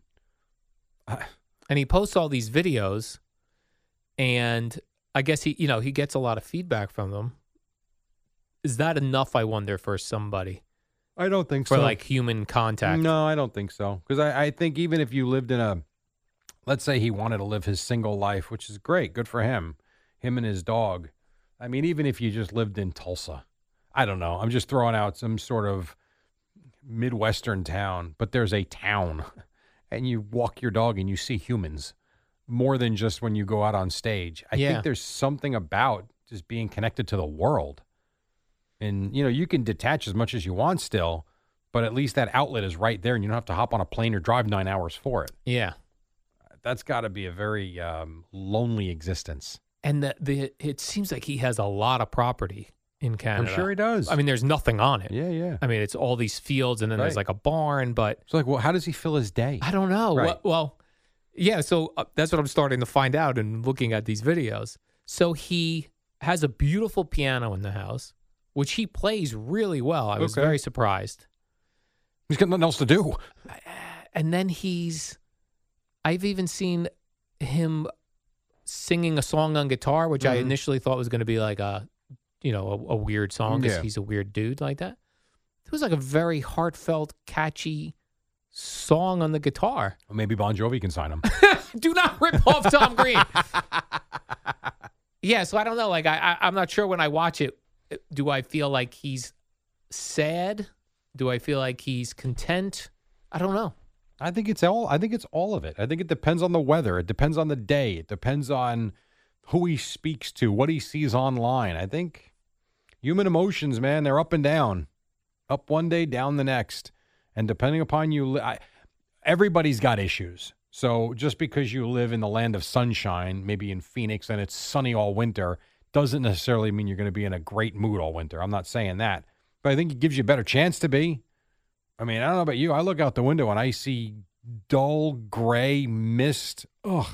[SPEAKER 2] And he posts all these videos, and I guess he, you know, he gets a lot of feedback from them. Is that enough? I wonder for somebody
[SPEAKER 3] I don't think
[SPEAKER 2] for like human contact.
[SPEAKER 3] No, I don't think so. Because I, I think even if you lived in a, let's say he wanted to live his single life, which is great, good for him, him and his dog. I mean, even if you just lived in Tulsa, I don't know. I'm just throwing out some sort of Midwestern town, but there's a town and you walk your dog and you see humans more than just when you go out on stage. I
[SPEAKER 2] Yeah.
[SPEAKER 3] think there's something about just being connected to the world. And, you know, you can detach as much as you want still, but at least that outlet is right there and you don't have to hop on a plane or drive nine hours for it.
[SPEAKER 2] Yeah.
[SPEAKER 3] That's got to be a very um, lonely existence.
[SPEAKER 2] And the, the it seems like he has a lot of property in Canada.
[SPEAKER 3] I'm sure he does.
[SPEAKER 2] I mean, there's nothing on it.
[SPEAKER 3] yeah, yeah.
[SPEAKER 2] I mean, it's all these fields, and then there's
[SPEAKER 3] Right.
[SPEAKER 2] like a barn, but
[SPEAKER 3] It's like, well, how does he fill his day?
[SPEAKER 2] I don't know.
[SPEAKER 3] Right.
[SPEAKER 2] Well, well, yeah. So uh, that's what I'm starting to find out and looking at these videos. So he has a beautiful piano in the house, which he plays really well. I was
[SPEAKER 3] Okay.
[SPEAKER 2] very surprised.
[SPEAKER 3] He's got nothing else to do.
[SPEAKER 2] And then he's, I've even seen him singing a song on guitar, which I
[SPEAKER 3] Mhm.
[SPEAKER 2] initially thought was going to be like a, you know, a, a weird song because
[SPEAKER 3] Yeah.
[SPEAKER 2] he's a weird dude like that. It was like a very heartfelt, catchy song on the guitar.
[SPEAKER 3] Well, maybe Bon Jovi can sign him.
[SPEAKER 2] Do not rip off Tom Green. yeah, so I don't know. Like I, I, I'm not sure when I watch it, do I feel like he's sad? Do I feel like he's content? I don't know.
[SPEAKER 3] I think it's all. I think it's all of it. I think it depends on the weather. It depends on the day. It depends on who he speaks to, what he sees online. I think human emotions, man, they're up and down, up one day, down the next, and depending upon you, li- I, everybody's got issues. So just because you live in the land of sunshine, maybe in Phoenix, and it's sunny all winter, doesn't necessarily mean you're going to be in a great mood all winter. I'm not saying that, but I think it gives you a better chance to be. I mean, I don't know about you. I look out the window and I see dull gray mist. Ugh,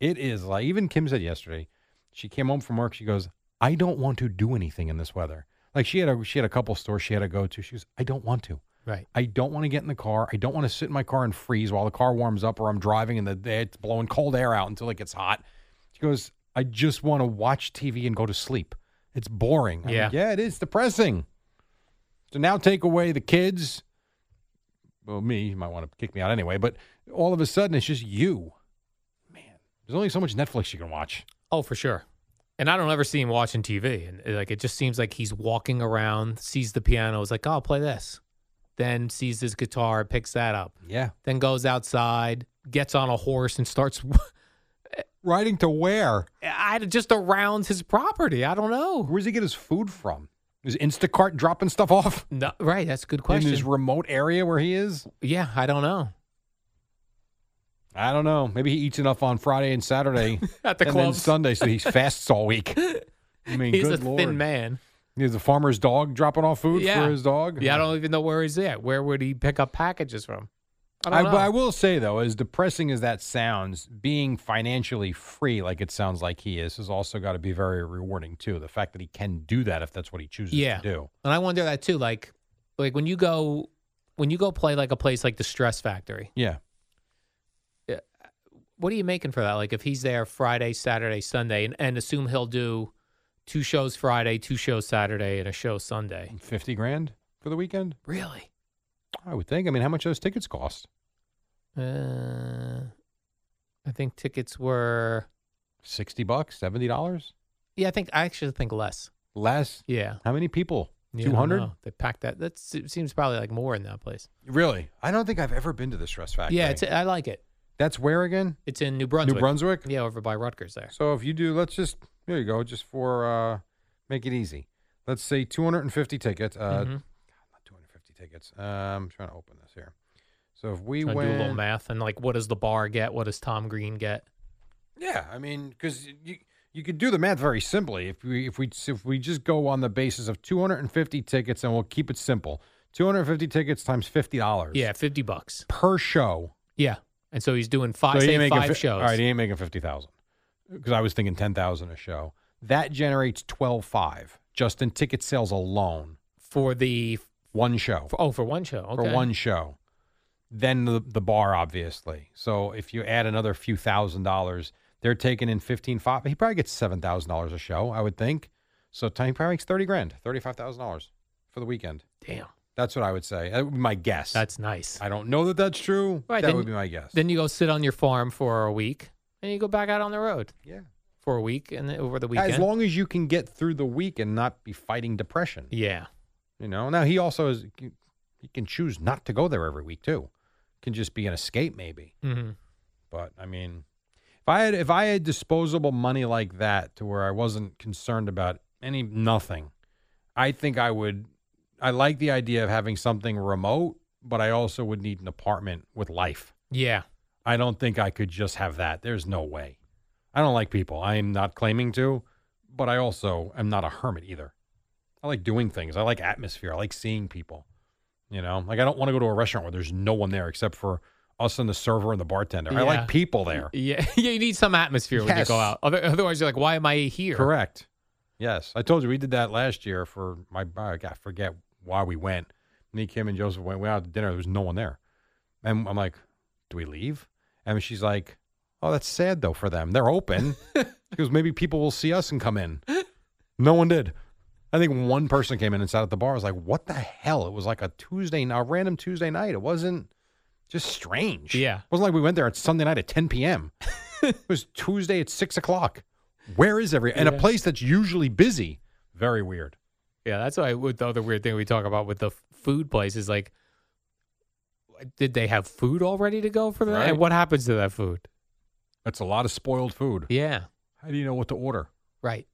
[SPEAKER 3] it is like even Kim said yesterday. She came home from work. She goes, "I don't want to do anything in this weather." Like she had a she had a couple stores she had to go to. She goes, "I don't want to.
[SPEAKER 2] Right.
[SPEAKER 3] I don't want to get in the car. I don't want to sit in my car and freeze while the car warms up or I'm driving and the it's blowing cold air out until it gets hot." She goes, "I just want to watch TV and go to sleep. It's boring." I'm like,
[SPEAKER 2] Yeah.
[SPEAKER 3] yeah, it is depressing. So now take away the kids, well, me, you might want to kick me out anyway, but all of a sudden it's just you. Man, there's only so much Netflix you can watch.
[SPEAKER 2] Oh, for sure. And I don't ever see him watching TV. And uh, like it just seems like he's walking around, sees the piano, is like, oh, I'll play this. Then sees his guitar, picks that up.
[SPEAKER 3] Yeah.
[SPEAKER 2] Then goes outside, gets on a horse, and starts
[SPEAKER 3] Riding to where?
[SPEAKER 2] I, just around his property. I don't know.
[SPEAKER 3] Where does he get his food from? Is Instacart dropping stuff off
[SPEAKER 2] No, right, that's a good
[SPEAKER 3] in
[SPEAKER 2] question.
[SPEAKER 3] his remote area where he is?
[SPEAKER 2] yeah, I don't know.
[SPEAKER 3] I don't know. Maybe he eats enough on Friday and Saturday
[SPEAKER 2] At the
[SPEAKER 3] and then
[SPEAKER 2] clubs.
[SPEAKER 3] Sunday, so he fasts all week. I mean,
[SPEAKER 2] he's a
[SPEAKER 3] good lord.
[SPEAKER 2] thin man.
[SPEAKER 3] Is a farmer's dog dropping off food
[SPEAKER 2] Yeah.
[SPEAKER 3] for his dog?
[SPEAKER 2] Yeah, I don't even know where he's at. Where would he pick up packages from? I
[SPEAKER 1] I,
[SPEAKER 2] don't
[SPEAKER 1] but I
[SPEAKER 2] know.
[SPEAKER 1] will say though, as depressing as that sounds, being financially free, like it sounds like he is, has also got to be very rewarding too. The fact that he can do that if that's what he chooses
[SPEAKER 2] Yeah.
[SPEAKER 1] to do.
[SPEAKER 2] And I wonder that too. Like, like when you go, when you go play like a place like the Stress Factory,
[SPEAKER 1] Yeah.
[SPEAKER 2] what are you making for that? Like, if he's there Friday, Saturday, Sunday, and, and assume he'll do two shows Friday, two shows Saturday, and a show Sunday.
[SPEAKER 1] Fifty grand for the weekend?
[SPEAKER 2] Really?
[SPEAKER 1] I would think. I mean, how much do those tickets cost?
[SPEAKER 2] Uh, I think tickets were.
[SPEAKER 1] Sixty bucks, seventy dollars?
[SPEAKER 2] Yeah, I think I actually think less.
[SPEAKER 1] Less?
[SPEAKER 2] Yeah,
[SPEAKER 1] How many people?
[SPEAKER 2] Yeah, I don't
[SPEAKER 1] Two hundred?
[SPEAKER 2] know. They packed that. That seems probably like more in that place.
[SPEAKER 1] Really? I don't think I've ever been to the Stress Factory.
[SPEAKER 2] Yeah, it's, I like it.
[SPEAKER 1] that's where again?
[SPEAKER 2] It's in New Brunswick.
[SPEAKER 1] New Brunswick.
[SPEAKER 2] Yeah, over by Rutgers there.
[SPEAKER 1] So if you do, let's just here you go, just for uh, make it easy. Let's say 250 tickets. Uh,
[SPEAKER 2] Mhm.
[SPEAKER 1] Not 250 tickets. Um, I'm trying to open this here. So if we
[SPEAKER 2] Trying to
[SPEAKER 1] went,
[SPEAKER 2] do a little math and like, what does the bar get? What does Tom Green get?
[SPEAKER 1] yeah, I mean, because you you could do the math very simply. If we if we if we just go on the basis of 250 tickets, and we'll keep it simple. 250 tickets times fifty dollars.
[SPEAKER 2] Yeah, fifty bucks.
[SPEAKER 1] per show.
[SPEAKER 2] Yeah, and so he's doing five,
[SPEAKER 1] he ain't
[SPEAKER 2] say
[SPEAKER 1] making
[SPEAKER 2] five
[SPEAKER 1] fi-
[SPEAKER 2] shows.
[SPEAKER 1] All right, he ain't making fifty thousand because I was thinking ten thousand a show. That generates twelve five just in ticket sales alone.
[SPEAKER 2] for the
[SPEAKER 1] One show
[SPEAKER 2] for, oh for one show okay.
[SPEAKER 1] for one show. Then the the bar, obviously. So if you add another few thousand dollars, they're taking in fifteen five. He probably gets seven thousand dollars a show, I would think. So time he probably makes thirty grand, thirty five thousand dollars for the weekend.
[SPEAKER 2] Damn,
[SPEAKER 1] That's what I would say. That would be my guess.
[SPEAKER 2] that's nice.
[SPEAKER 1] I don't know that that's true.
[SPEAKER 2] Right,
[SPEAKER 1] that
[SPEAKER 2] then-
[SPEAKER 1] would be my guess.
[SPEAKER 2] Then you go sit on your farm for a week, and you go back out on the road
[SPEAKER 1] yeah.
[SPEAKER 2] for a week, and then over the weekend.
[SPEAKER 1] As long as you can get through the week and not be fighting depression,
[SPEAKER 2] yeah,
[SPEAKER 1] you know. Now he also is he can choose not to go there every week too. Can just be an escape maybe.
[SPEAKER 2] hmm
[SPEAKER 1] But I mean, if I had if I had disposable money like that to where I wasn't concerned about any nothing, I think I would I like the idea of having something remote, but I also would need an apartment with life.
[SPEAKER 2] yeah.
[SPEAKER 1] I don't think I could just have that. There's no way. I don't like people. I am not claiming to, but I also am not a hermit either. I like doing things. I like atmosphere. I like seeing people. You know, like I don't want to go to a restaurant where there's no one there except for us and the server and the bartender. I
[SPEAKER 2] Yeah.
[SPEAKER 1] like people there.
[SPEAKER 2] Yeah, you need some atmosphere when you
[SPEAKER 1] Yes.
[SPEAKER 2] go out. Other- Otherwise, you're like, why am I here?
[SPEAKER 1] Correct. Yes. I told you we did that last year for my, I got- forget why we went. Me, Kim, and Joseph went, went out to dinner. There was no one there. And I'm like, do we leave? And she's like, oh, that's sad though for them. They're open. she goes, maybe people will see us and come in. No one did. I think one person came in and sat at the bar. I was like, what the hell? It was like a Tuesday, a random Tuesday night. It wasn't just strange.
[SPEAKER 2] Yeah.
[SPEAKER 1] It wasn't like we went there at Sunday night at 10 p.m. it was Tuesday at six o'clock. Where is every and a place that's usually busy? Very weird.
[SPEAKER 2] Yeah, that's why with the other weird thing we talk about with the f- food place is like, did they have food all ready to go for that?
[SPEAKER 1] Right.
[SPEAKER 2] And what happens to that food?
[SPEAKER 1] That's a lot of spoiled food.
[SPEAKER 2] Yeah,
[SPEAKER 1] How do you know what to order?
[SPEAKER 2] right.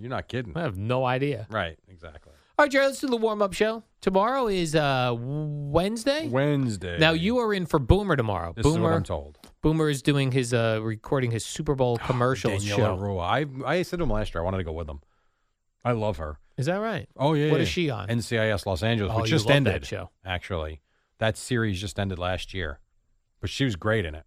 [SPEAKER 1] You're not kidding.
[SPEAKER 2] I have no idea.
[SPEAKER 1] Right, exactly.
[SPEAKER 2] All right, Jared, let's do the warm up show. Tomorrow is uh, Wednesday.
[SPEAKER 1] Wednesday.
[SPEAKER 2] Now you are in for Boomer tomorrow.
[SPEAKER 1] This
[SPEAKER 2] Boomer,
[SPEAKER 1] is what I'm told.
[SPEAKER 2] Boomer is doing his uh, recording his Super Bowl commercial
[SPEAKER 1] Daniela
[SPEAKER 2] show.
[SPEAKER 1] Rua. I I said to him last year I wanted to go with him. I love her.
[SPEAKER 2] Is that right?
[SPEAKER 1] Oh yeah.
[SPEAKER 2] What is she on?
[SPEAKER 1] NCIS Los Angeles,
[SPEAKER 2] Oh,
[SPEAKER 1] which
[SPEAKER 2] you
[SPEAKER 1] just
[SPEAKER 2] love that
[SPEAKER 1] ended.
[SPEAKER 2] show.
[SPEAKER 1] Actually, that series just ended last year, but she was great in it.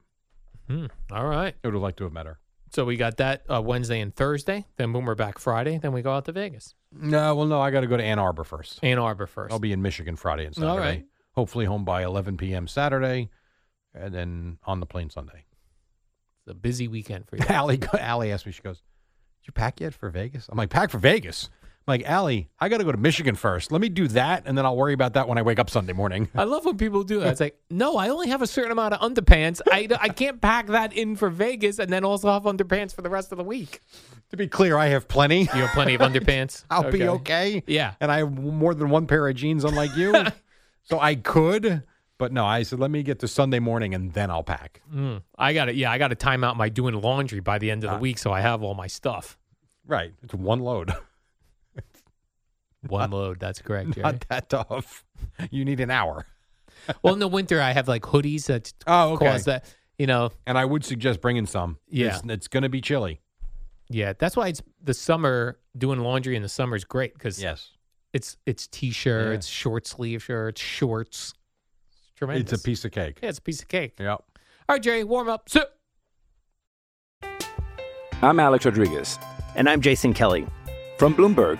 [SPEAKER 2] Hmm. All right.
[SPEAKER 1] I would have liked to have met her.
[SPEAKER 2] So we got that uh, Wednesday and Thursday. Then Boomer back Friday. Then we go out to Vegas,
[SPEAKER 1] No, Uh, well, no, I got to go to Ann Arbor first.
[SPEAKER 2] Ann Arbor 1st
[SPEAKER 1] I'll be in Michigan Friday and Saturday.
[SPEAKER 2] All right.
[SPEAKER 1] Hopefully home by 11 p.m. Saturday, and then on the plane Sunday.
[SPEAKER 2] It's a busy weekend for you.
[SPEAKER 1] Allie, go- Allie asked me, she goes, "Did you pack yet for Vegas?" I'm like, "Pack for Vegas." I'm like, "Allie, I got to go to Michigan first. Let me do that, and then I'll worry about that when I wake up Sunday morning."
[SPEAKER 2] I love when people do that. It's like, no, I only have a certain amount of underpants. I, I can't pack that in for Vegas and then also have underpants for the rest of the week.
[SPEAKER 1] to be clear, I have plenty.
[SPEAKER 2] You have plenty of underpants.
[SPEAKER 1] I'll be okay.
[SPEAKER 2] Yeah.
[SPEAKER 1] and I have more than one pair of jeans, unlike you, so I could. But no, I said, "Let me get to Sunday morning, and then I'll pack."
[SPEAKER 2] Mm, I got it. Yeah, I got to time out my doing laundry by the end of the week so I have all my stuff.
[SPEAKER 1] Right? It's one load.
[SPEAKER 2] One load. That's correct. Jerry.
[SPEAKER 1] Not that tough. You need an hour.
[SPEAKER 2] well, in the winter, I have like hoodies that
[SPEAKER 1] Oh, okay.
[SPEAKER 2] cause that. You know,
[SPEAKER 1] And I would suggest bringing some.
[SPEAKER 2] Yeah.
[SPEAKER 1] It's, it's going to be chilly.
[SPEAKER 2] yeah. That's why it's the summer. Doing laundry in the summer is great because
[SPEAKER 1] Yes.
[SPEAKER 2] it's it's t-shirts, short sleeve shirts, shorts. tremendous.
[SPEAKER 1] It's a piece of cake.
[SPEAKER 2] Yeah, it's a piece of cake.
[SPEAKER 1] Yep.
[SPEAKER 2] All right, Jerry, warm up. So,
[SPEAKER 4] I'm Alex Rodriguez.
[SPEAKER 5] And I'm Jason Kelly.
[SPEAKER 4] From Bloomberg,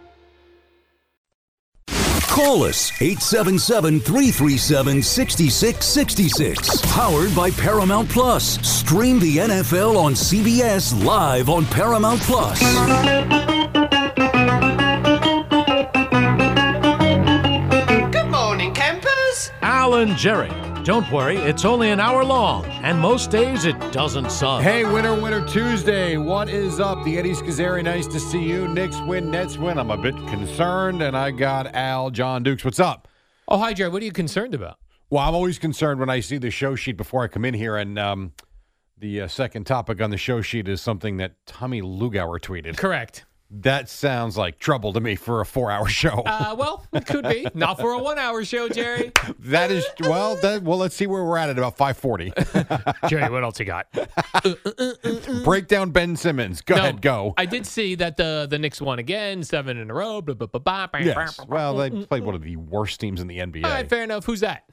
[SPEAKER 6] Call us 877 337 6666. Powered by Paramount Plus. Stream the NFL on CBS live on Paramount Plus.
[SPEAKER 7] Good morning, campers.
[SPEAKER 8] Alan Jerry. Don't worry, it's only an hour long, and most days it doesn't
[SPEAKER 2] Uh-huh.
[SPEAKER 8] suck.
[SPEAKER 1] Hey, Winter, Winter Tuesday. What is up? The Eddie Scazzeri, nice to see you. Knicks win, Nets win. I'm a bit concerned, and I got Al John Dukes. What's up?
[SPEAKER 2] oh, hi, Jerry. What are you concerned about?
[SPEAKER 1] Well, I'm always concerned when I see the show sheet before I come in here, and um, the uh, second topic on the show sheet is something that Tommy Lugauer tweeted.
[SPEAKER 2] Correct.
[SPEAKER 1] That sounds like trouble to me for a four-hour show.
[SPEAKER 2] Uh, well, it could be. Not for a one hour show, Jerry.
[SPEAKER 1] that is well. That, well, let's see where we're at at about five forty.
[SPEAKER 2] Jerry, what else you got?
[SPEAKER 1] Break down Ben Simmons. Go ahead, go.
[SPEAKER 2] I did see that the the Knicks won again, seven in a row. Blah, blah, blah, blah, blah,
[SPEAKER 1] yes.
[SPEAKER 2] blah, blah.
[SPEAKER 1] Well, they played one of the worst teams in the NBA.
[SPEAKER 2] All right, fair enough. Who's that?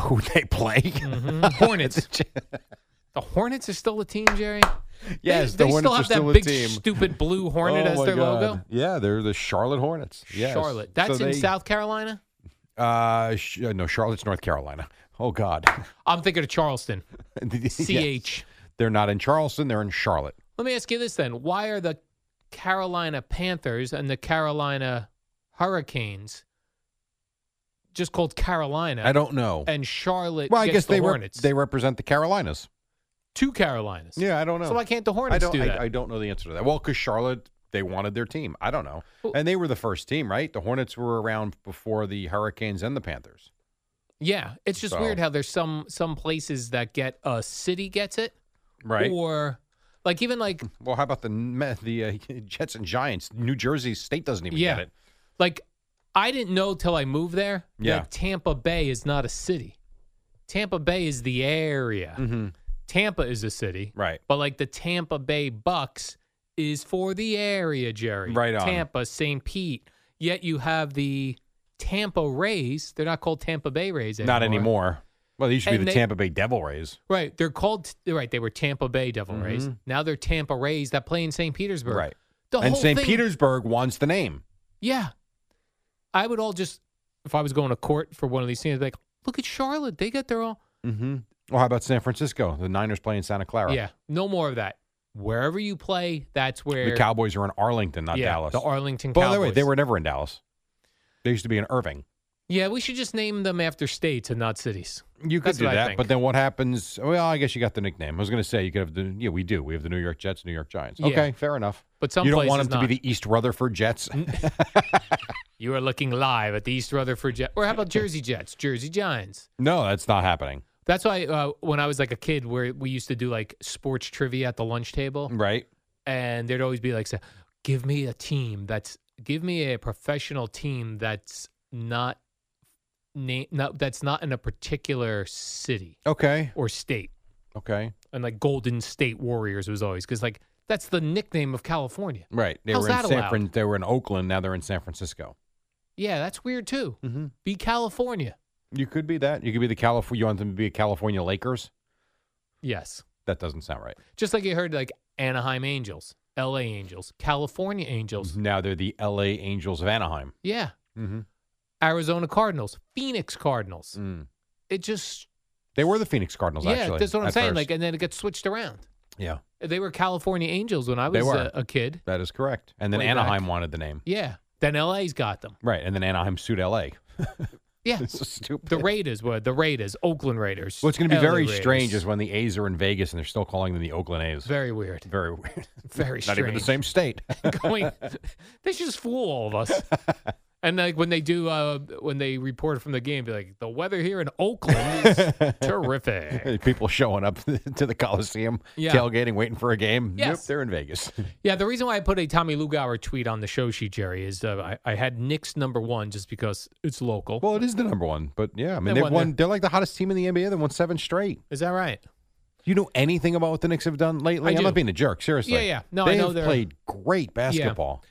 [SPEAKER 1] Who they play?
[SPEAKER 2] Mm. Mm-hmm. Hornets. the Hornets are still a team, Jerry.
[SPEAKER 1] Yes, the
[SPEAKER 2] they, they
[SPEAKER 1] Hornets
[SPEAKER 2] still have
[SPEAKER 1] are still
[SPEAKER 2] that
[SPEAKER 1] a
[SPEAKER 2] big
[SPEAKER 1] team.
[SPEAKER 2] stupid blue hornet
[SPEAKER 1] Oh
[SPEAKER 2] as
[SPEAKER 1] my
[SPEAKER 2] their
[SPEAKER 1] God.
[SPEAKER 2] logo.
[SPEAKER 1] Yeah, they're the Charlotte Hornets. Yes.
[SPEAKER 2] Charlotte. That's
[SPEAKER 1] So
[SPEAKER 2] in
[SPEAKER 1] they-
[SPEAKER 2] South Carolina.
[SPEAKER 1] Uh, sh- uh, no, Charlotte's North Carolina. Oh God.
[SPEAKER 2] I'm thinking of Charleston.
[SPEAKER 1] Yes.
[SPEAKER 2] CH.
[SPEAKER 1] They're not in Charleston. They're in Charlotte.
[SPEAKER 2] Let me ask you this then: Why are the Carolina Panthers and the Carolina Hurricanes just called Carolina?
[SPEAKER 1] I don't know.
[SPEAKER 2] And Charlotte.
[SPEAKER 1] well, I
[SPEAKER 2] gets
[SPEAKER 1] guess
[SPEAKER 2] the
[SPEAKER 1] they were.
[SPEAKER 2] Hornets.
[SPEAKER 1] they represent the Carolinas.
[SPEAKER 2] two Carolinas.
[SPEAKER 1] Yeah, I don't know.
[SPEAKER 2] So why can't the
[SPEAKER 1] I
[SPEAKER 2] Hornets
[SPEAKER 1] don't.
[SPEAKER 2] do
[SPEAKER 1] I-
[SPEAKER 2] that?
[SPEAKER 1] I, don't know the answer to that. Well, because Charlotte, they wanted their team. I don't know.
[SPEAKER 2] Well-
[SPEAKER 1] and they were the first team, right? The Hornets were around before the Hurricanes and the Panthers.
[SPEAKER 2] yeah, it's just
[SPEAKER 1] So-
[SPEAKER 2] weird how there's some some places that get a city gets it, Or like even like
[SPEAKER 1] Well, how about the Me- the uh, Jets and Giants? New Jersey State doesn't even
[SPEAKER 2] yeah,
[SPEAKER 1] get it.
[SPEAKER 2] like I didn't know till I moved there.
[SPEAKER 1] Yeah.
[SPEAKER 2] that Tampa Bay is not a city. Tampa Bay is the area. Tampa is a city,
[SPEAKER 1] Mm-hmm. Right.
[SPEAKER 2] But like the Tampa Bay Bucks is for the area, Jerry.
[SPEAKER 1] Right on.
[SPEAKER 2] Tampa, St. Pete. Yet you have the Tampa Rays. They're not called Tampa Bay Rays anymore.
[SPEAKER 1] Not anymore. Well, these should be
[SPEAKER 2] And
[SPEAKER 1] the
[SPEAKER 2] they-
[SPEAKER 1] Tampa Bay Devil Rays.
[SPEAKER 2] Right. They're called right. They were Tampa Bay Devil Rays. Now they're Tampa Rays that play in St. Petersburg.
[SPEAKER 1] Mm-hmm. Right.
[SPEAKER 2] The
[SPEAKER 1] and
[SPEAKER 2] whole
[SPEAKER 1] St.
[SPEAKER 2] thing-
[SPEAKER 1] Petersburg wants the name.
[SPEAKER 2] Yeah. I would all just if I was going to court for one of these things, I'd be like, look at Charlotte. They got their own.
[SPEAKER 1] Mm-hmm. Well, how about San Francisco? The Niners play in Santa Clara.
[SPEAKER 2] Yeah. No more of that. Wherever you play, that's where
[SPEAKER 1] The Cowboys are in Arlington, not
[SPEAKER 2] yeah,
[SPEAKER 1] Dallas.
[SPEAKER 2] The Arlington
[SPEAKER 1] By
[SPEAKER 2] Cowboys.
[SPEAKER 1] the way, they were never in Dallas. They used to be in Irving.
[SPEAKER 2] Yeah, we should just name them after states and not cities.
[SPEAKER 1] You could
[SPEAKER 2] That's
[SPEAKER 1] do
[SPEAKER 2] what I
[SPEAKER 1] that,
[SPEAKER 2] think.
[SPEAKER 1] but then what happens? Well, I guess you got the nickname. I was going to say you could have the yeah. We do. We have the New York Jets, New York Giants.
[SPEAKER 2] Yeah.
[SPEAKER 1] Okay, fair enough.
[SPEAKER 2] But some
[SPEAKER 1] you don't want
[SPEAKER 2] places
[SPEAKER 1] them to be
[SPEAKER 2] not.
[SPEAKER 1] the East Rutherford Jets.
[SPEAKER 2] You are looking live at the East Rutherford Jets. Or how about Jersey Jets, Jersey Giants?
[SPEAKER 1] no, that's not happening.
[SPEAKER 2] That's why uh, when I was like a kid, where we used to do like sports trivia at the lunch table,
[SPEAKER 1] Right?
[SPEAKER 2] and there'd always be like, say, "Give me a team that's give me a professional team that's not name not, that's not in a particular city
[SPEAKER 1] Okay.
[SPEAKER 2] or state."
[SPEAKER 1] Okay.
[SPEAKER 2] and like Golden State Warriors was always because like that's the nickname of California.
[SPEAKER 1] Right. They
[SPEAKER 2] How's
[SPEAKER 1] were in
[SPEAKER 2] that
[SPEAKER 1] San
[SPEAKER 2] allowed?
[SPEAKER 1] Fran- they were in Oakland, now they're in San Francisco.
[SPEAKER 2] Yeah, that's weird too. Be California.
[SPEAKER 1] You could be that. You could be the California you want them to be a California Lakers.
[SPEAKER 2] Yes.
[SPEAKER 1] That doesn't sound right.
[SPEAKER 2] Just like you heard like Anaheim Angels, LA Angels, California Angels.
[SPEAKER 1] Now they're the LA Angels of Anaheim.
[SPEAKER 2] Yeah.
[SPEAKER 1] Mm-hmm.
[SPEAKER 2] Arizona Cardinals, Phoenix Cardinals. It just
[SPEAKER 1] They were the Phoenix Mm. Cardinals,
[SPEAKER 2] Yeah,
[SPEAKER 1] actually.
[SPEAKER 2] that's what I'm
[SPEAKER 1] at
[SPEAKER 2] saying.
[SPEAKER 1] first.
[SPEAKER 2] Like and then it gets switched around.
[SPEAKER 1] yeah,
[SPEAKER 2] They were California Angels when I was
[SPEAKER 1] They were.
[SPEAKER 2] A, a kid.
[SPEAKER 1] that is correct. And then
[SPEAKER 2] Way back.
[SPEAKER 1] Anaheim wanted the name.
[SPEAKER 2] Yeah. Then LA's got them.
[SPEAKER 1] Right. And then Anaheim sued LA.
[SPEAKER 2] Yeah. The Raiders were the Raiders, Oakland Raiders.
[SPEAKER 1] What's going to be
[SPEAKER 2] LA
[SPEAKER 1] very
[SPEAKER 2] Raiders.
[SPEAKER 1] strange is when the A's are in Vegas and they're still calling them the Oakland A's.
[SPEAKER 2] Very weird.
[SPEAKER 1] Very weird.
[SPEAKER 2] Very
[SPEAKER 1] Not even the
[SPEAKER 2] strange.
[SPEAKER 1] same state.
[SPEAKER 2] going. They should just fool all of us. And like when they do, uh, when they report from the game, be like, the weather here in Oakland is terrific.
[SPEAKER 1] People showing up to the Coliseum,
[SPEAKER 2] Yeah.
[SPEAKER 1] tailgating, waiting for a game. Nope,
[SPEAKER 2] Yes.
[SPEAKER 1] they're in Vegas.
[SPEAKER 2] Yeah, the reason why I put a Tommy Lugauer tweet on the show sheet, Jerry, is uh, I, I had Knicks number one just because it's local.
[SPEAKER 1] Well, it is the number one, but yeah, I mean
[SPEAKER 2] They
[SPEAKER 1] they've
[SPEAKER 2] won
[SPEAKER 1] won.
[SPEAKER 2] the-
[SPEAKER 1] They're like the hottest team in the NBA. They won seven straight.
[SPEAKER 2] Is that right?
[SPEAKER 1] Do you know anything about what the Knicks have done lately?
[SPEAKER 2] I
[SPEAKER 1] I'm not
[SPEAKER 2] do.
[SPEAKER 1] being a jerk. Seriously.
[SPEAKER 2] Yeah, yeah. No, I
[SPEAKER 1] they
[SPEAKER 2] know
[SPEAKER 1] have
[SPEAKER 2] they're-
[SPEAKER 1] played great basketball.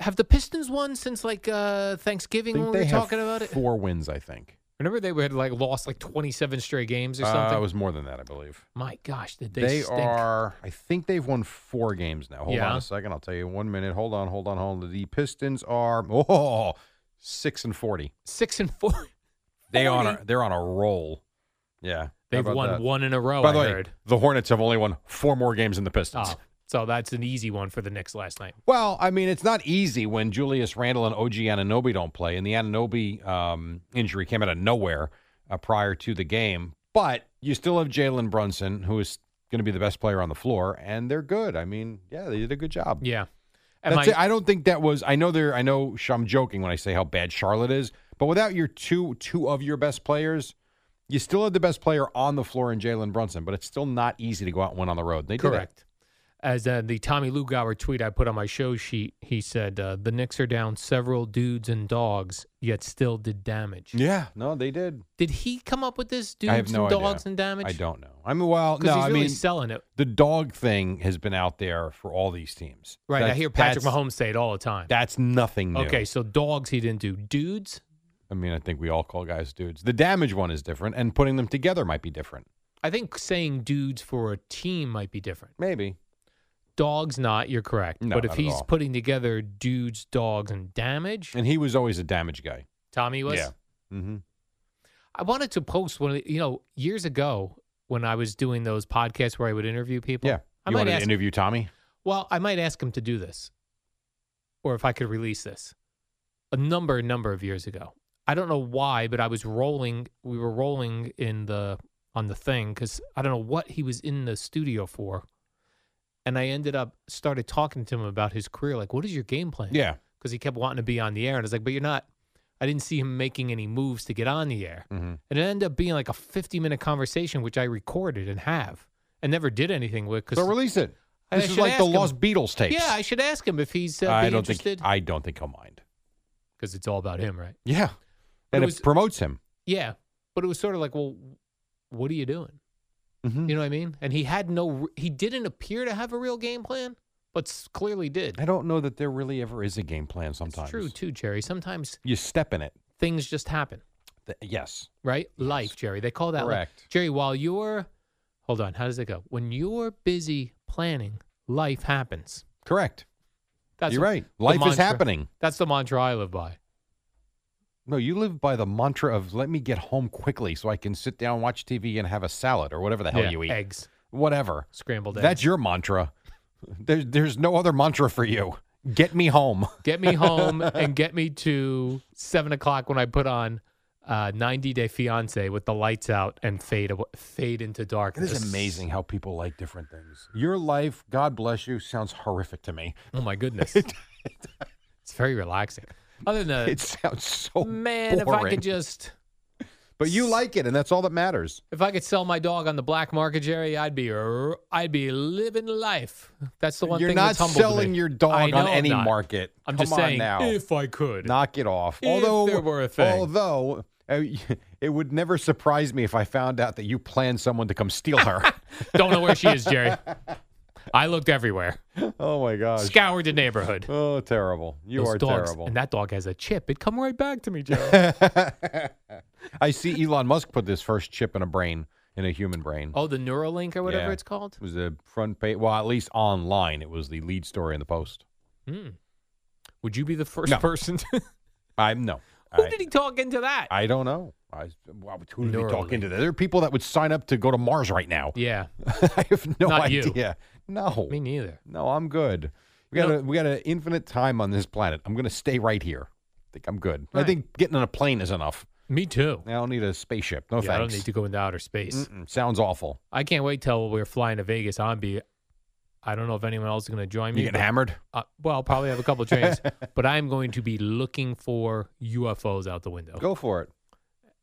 [SPEAKER 2] Have the Pistons won since like uh,
[SPEAKER 1] I
[SPEAKER 2] Thanksgiving
[SPEAKER 1] think
[SPEAKER 2] when we
[SPEAKER 1] they
[SPEAKER 2] were
[SPEAKER 1] have
[SPEAKER 2] talking about it?
[SPEAKER 1] Four wins, I think.
[SPEAKER 2] Remember they had like lost like 27 straight games or
[SPEAKER 1] Uh,
[SPEAKER 2] something?
[SPEAKER 1] it was more than that, I believe.
[SPEAKER 2] My gosh, did they,
[SPEAKER 1] They,
[SPEAKER 2] stink.
[SPEAKER 1] are. I think they've won four games now. Hold
[SPEAKER 2] Yeah.
[SPEAKER 1] on a second. I'll tell you in one minute. Hold on. Hold on. Hold on. The Pistons are oh six and forty.
[SPEAKER 2] six and four.
[SPEAKER 1] They on a, they're on a roll. Yeah, how
[SPEAKER 2] They've
[SPEAKER 1] about
[SPEAKER 2] won
[SPEAKER 1] that?
[SPEAKER 2] one in a row.
[SPEAKER 1] By the
[SPEAKER 2] I
[SPEAKER 1] way,
[SPEAKER 2] heard.
[SPEAKER 1] the Hornets have only won four more games than the Pistons.
[SPEAKER 2] Oh, so that's an easy one for the Knicks last night.
[SPEAKER 1] Well, I mean, it's not easy when Julius Randle and OG Ananobi don't play, and the Ananobi um, injury came out of nowhere uh, prior to the game. But you still have Jalen Brunson, who is going to be the best player on the floor, and they're good. I mean, yeah, they did a good job.
[SPEAKER 2] Yeah. And
[SPEAKER 1] That's
[SPEAKER 2] my-
[SPEAKER 1] it. I don't think that was. I know there. I know sh- I'm joking when I say how bad Charlotte is, but without your two two of your best players, you still had the best player on the floor in Jalen Brunson. But it's still not easy to go out and win on the road. They did it.
[SPEAKER 2] Correct. As uh, the Tommy Lugauer tweet I put on my show sheet, he said uh, the Knicks are down several dudes and dogs, yet still did damage.
[SPEAKER 1] Yeah, no, they did.
[SPEAKER 2] Did he come up with this dudes
[SPEAKER 1] I have no
[SPEAKER 2] and dogs
[SPEAKER 1] idea.
[SPEAKER 2] and damage?
[SPEAKER 1] I don't know. I mean, well,
[SPEAKER 2] 'Cause
[SPEAKER 1] no,
[SPEAKER 2] he's
[SPEAKER 1] I
[SPEAKER 2] really
[SPEAKER 1] mean,
[SPEAKER 2] selling it.
[SPEAKER 1] the dog thing has been out there for all these teams.
[SPEAKER 2] Right. I
[SPEAKER 1] That's-
[SPEAKER 2] hear Patrick
[SPEAKER 1] that's-
[SPEAKER 2] Mahomes say it all the time.
[SPEAKER 1] That's nothing new.
[SPEAKER 2] Okay, so dogs he didn't do. Dudes,
[SPEAKER 1] I mean, I think we all call guys dudes. The damage one is different, and putting them together might be different.
[SPEAKER 2] I think saying dudes for a team might be different.
[SPEAKER 1] Maybe.
[SPEAKER 2] Dogs, not. You're correct.
[SPEAKER 1] No,
[SPEAKER 2] but if
[SPEAKER 1] not at
[SPEAKER 2] he's
[SPEAKER 1] all.
[SPEAKER 2] putting together dudes, dogs, and damage,
[SPEAKER 1] And he was always a damage guy.
[SPEAKER 2] Tommy was.
[SPEAKER 1] Yeah. Mm-hmm.
[SPEAKER 2] I wanted to post one. of the- You know, years ago when I was doing those podcasts where I would interview people.
[SPEAKER 1] Yeah.
[SPEAKER 2] I
[SPEAKER 1] you
[SPEAKER 2] might
[SPEAKER 1] wanted
[SPEAKER 2] ask.
[SPEAKER 1] to interview Tommy?
[SPEAKER 2] well, I might ask him to do this, or if I could release this. A number, number of years ago. I don't know why, but I was rolling. We were rolling in the on the thing because I don't know what he was in the studio for, and I ended up started talking to him about his career. Like, what is your game plan?
[SPEAKER 1] Yeah.
[SPEAKER 2] because he kept wanting to be on the air. And I was like, but you're not, I didn't see him making any moves to get on the air.
[SPEAKER 1] Mhm.
[SPEAKER 2] And it ended up being like a 50 minute conversation, which I recorded and have and never did anything with. Cause
[SPEAKER 1] So release it.
[SPEAKER 2] I
[SPEAKER 1] This is
[SPEAKER 2] should
[SPEAKER 1] like the
[SPEAKER 2] ask him.
[SPEAKER 1] Lost Beatles tapes.
[SPEAKER 2] Yeah, I should ask him if he's uh, be
[SPEAKER 1] I don't
[SPEAKER 2] interested
[SPEAKER 1] think I don't think he'll mind.
[SPEAKER 2] because it's all about him, right?
[SPEAKER 1] Yeah.
[SPEAKER 2] But
[SPEAKER 1] And
[SPEAKER 2] it
[SPEAKER 1] it,
[SPEAKER 2] was-
[SPEAKER 1] promotes him.
[SPEAKER 2] Yeah. But it was sort of like, well, what are you doing?
[SPEAKER 1] Mhm.
[SPEAKER 2] You know what I mean? And he had no, r- he didn't appear to have a real game plan, but s- clearly did.
[SPEAKER 1] I don't know that there really ever is a game plan sometimes.
[SPEAKER 2] It's true too, Jerry. Sometimes
[SPEAKER 1] You step in it.
[SPEAKER 2] things just happen.
[SPEAKER 1] Th- yes.
[SPEAKER 2] right? Life, Jerry. They call that life.
[SPEAKER 1] Correct.
[SPEAKER 2] Jerry, while you're, hold on, how does it go? When you're busy planning, life happens.
[SPEAKER 1] Correct.
[SPEAKER 2] That's
[SPEAKER 1] You're
[SPEAKER 2] what-
[SPEAKER 1] right.
[SPEAKER 2] the
[SPEAKER 1] Life is
[SPEAKER 2] mantra-
[SPEAKER 1] happening.
[SPEAKER 2] That's the mantra I live by.
[SPEAKER 1] No, you live by the mantra of let me get home quickly so I can sit down, watch TV, and have a salad or whatever the hell
[SPEAKER 2] Yeah,
[SPEAKER 1] you eat.
[SPEAKER 2] Eggs,
[SPEAKER 1] Whatever.
[SPEAKER 2] scrambled eggs.
[SPEAKER 1] That's your mantra. There's there's no other mantra for you. Get me home.
[SPEAKER 2] Get me home and get me to seven o'clock when I put on uh, 90 Day Fiance with the lights out and fade aw- fade into
[SPEAKER 1] It
[SPEAKER 2] darkness.
[SPEAKER 1] is amazing how people like different things. Your life, God bless you, sounds horrific to me.
[SPEAKER 2] Oh my goodness, it's very relaxing. Other than that,
[SPEAKER 1] It sounds so
[SPEAKER 2] man, if I
[SPEAKER 1] boring.
[SPEAKER 2] could just
[SPEAKER 1] But you like it, and that's all that matters.
[SPEAKER 2] If I could sell my dog on the black market, Jerry, I'd be r- I'd be living life. That's the one
[SPEAKER 1] You're
[SPEAKER 2] thing
[SPEAKER 1] not
[SPEAKER 2] that's humble to
[SPEAKER 1] selling
[SPEAKER 2] me.
[SPEAKER 1] your
[SPEAKER 2] I
[SPEAKER 1] dog
[SPEAKER 2] know
[SPEAKER 1] on
[SPEAKER 2] I'm
[SPEAKER 1] any
[SPEAKER 2] not.
[SPEAKER 1] market.
[SPEAKER 2] I'm
[SPEAKER 1] Come
[SPEAKER 2] just
[SPEAKER 1] on
[SPEAKER 2] saying,
[SPEAKER 1] now.
[SPEAKER 2] if I could,
[SPEAKER 1] Knock it off.
[SPEAKER 2] If
[SPEAKER 1] although
[SPEAKER 2] there were a thing.
[SPEAKER 1] although Uh, it would never surprise me if I found out that you planned someone to come steal her.
[SPEAKER 2] Don't know where she is, Jerry. I looked everywhere.
[SPEAKER 1] Oh my gosh.
[SPEAKER 2] Scoured the neighborhood.
[SPEAKER 1] Oh, terrible. You
[SPEAKER 2] Those
[SPEAKER 1] are
[SPEAKER 2] dogs-
[SPEAKER 1] terrible.
[SPEAKER 2] And that dog has a chip. It come right back to me, Jerry.
[SPEAKER 1] I see Elon Musk put this first chip in a brain, in a human brain.
[SPEAKER 2] oh, the Neuralink or whatever
[SPEAKER 1] Yeah.
[SPEAKER 2] it's called.
[SPEAKER 1] It was the front page. Well, at least online, it was the lead story in the post.
[SPEAKER 2] Hmm. Would you be the first
[SPEAKER 1] No.
[SPEAKER 2] person? To-
[SPEAKER 1] I'm no.
[SPEAKER 2] Who
[SPEAKER 1] I,
[SPEAKER 2] did he talk into that?
[SPEAKER 1] I don't know. I, wow, who did we
[SPEAKER 2] Neuralink.
[SPEAKER 1] talk into? There are people that would sign up to go to Mars right now.
[SPEAKER 2] Yeah.
[SPEAKER 1] I have no
[SPEAKER 2] Not you.
[SPEAKER 1] idea. No,
[SPEAKER 2] Me neither.
[SPEAKER 1] no, I'm good. We got a, we got an infinite time on this planet. I'm going to stay right here. I think I'm good. I
[SPEAKER 2] Right.
[SPEAKER 1] think getting on a plane is enough.
[SPEAKER 2] Me too.
[SPEAKER 1] I don't need a spaceship. No
[SPEAKER 2] Yeah, I don't
[SPEAKER 1] thanks. Mm.
[SPEAKER 2] need to go into outer space.
[SPEAKER 1] Mm-mm, sounds awful.
[SPEAKER 2] I can't wait till we're flying to Vegas. I'm be. I don't know if anyone else is going to join me.
[SPEAKER 1] You getting
[SPEAKER 2] but-
[SPEAKER 1] hammered?
[SPEAKER 2] Uh, well, I'll probably have a couple drinks, but I'm going to be looking for UFOs out the window,
[SPEAKER 1] Go for it.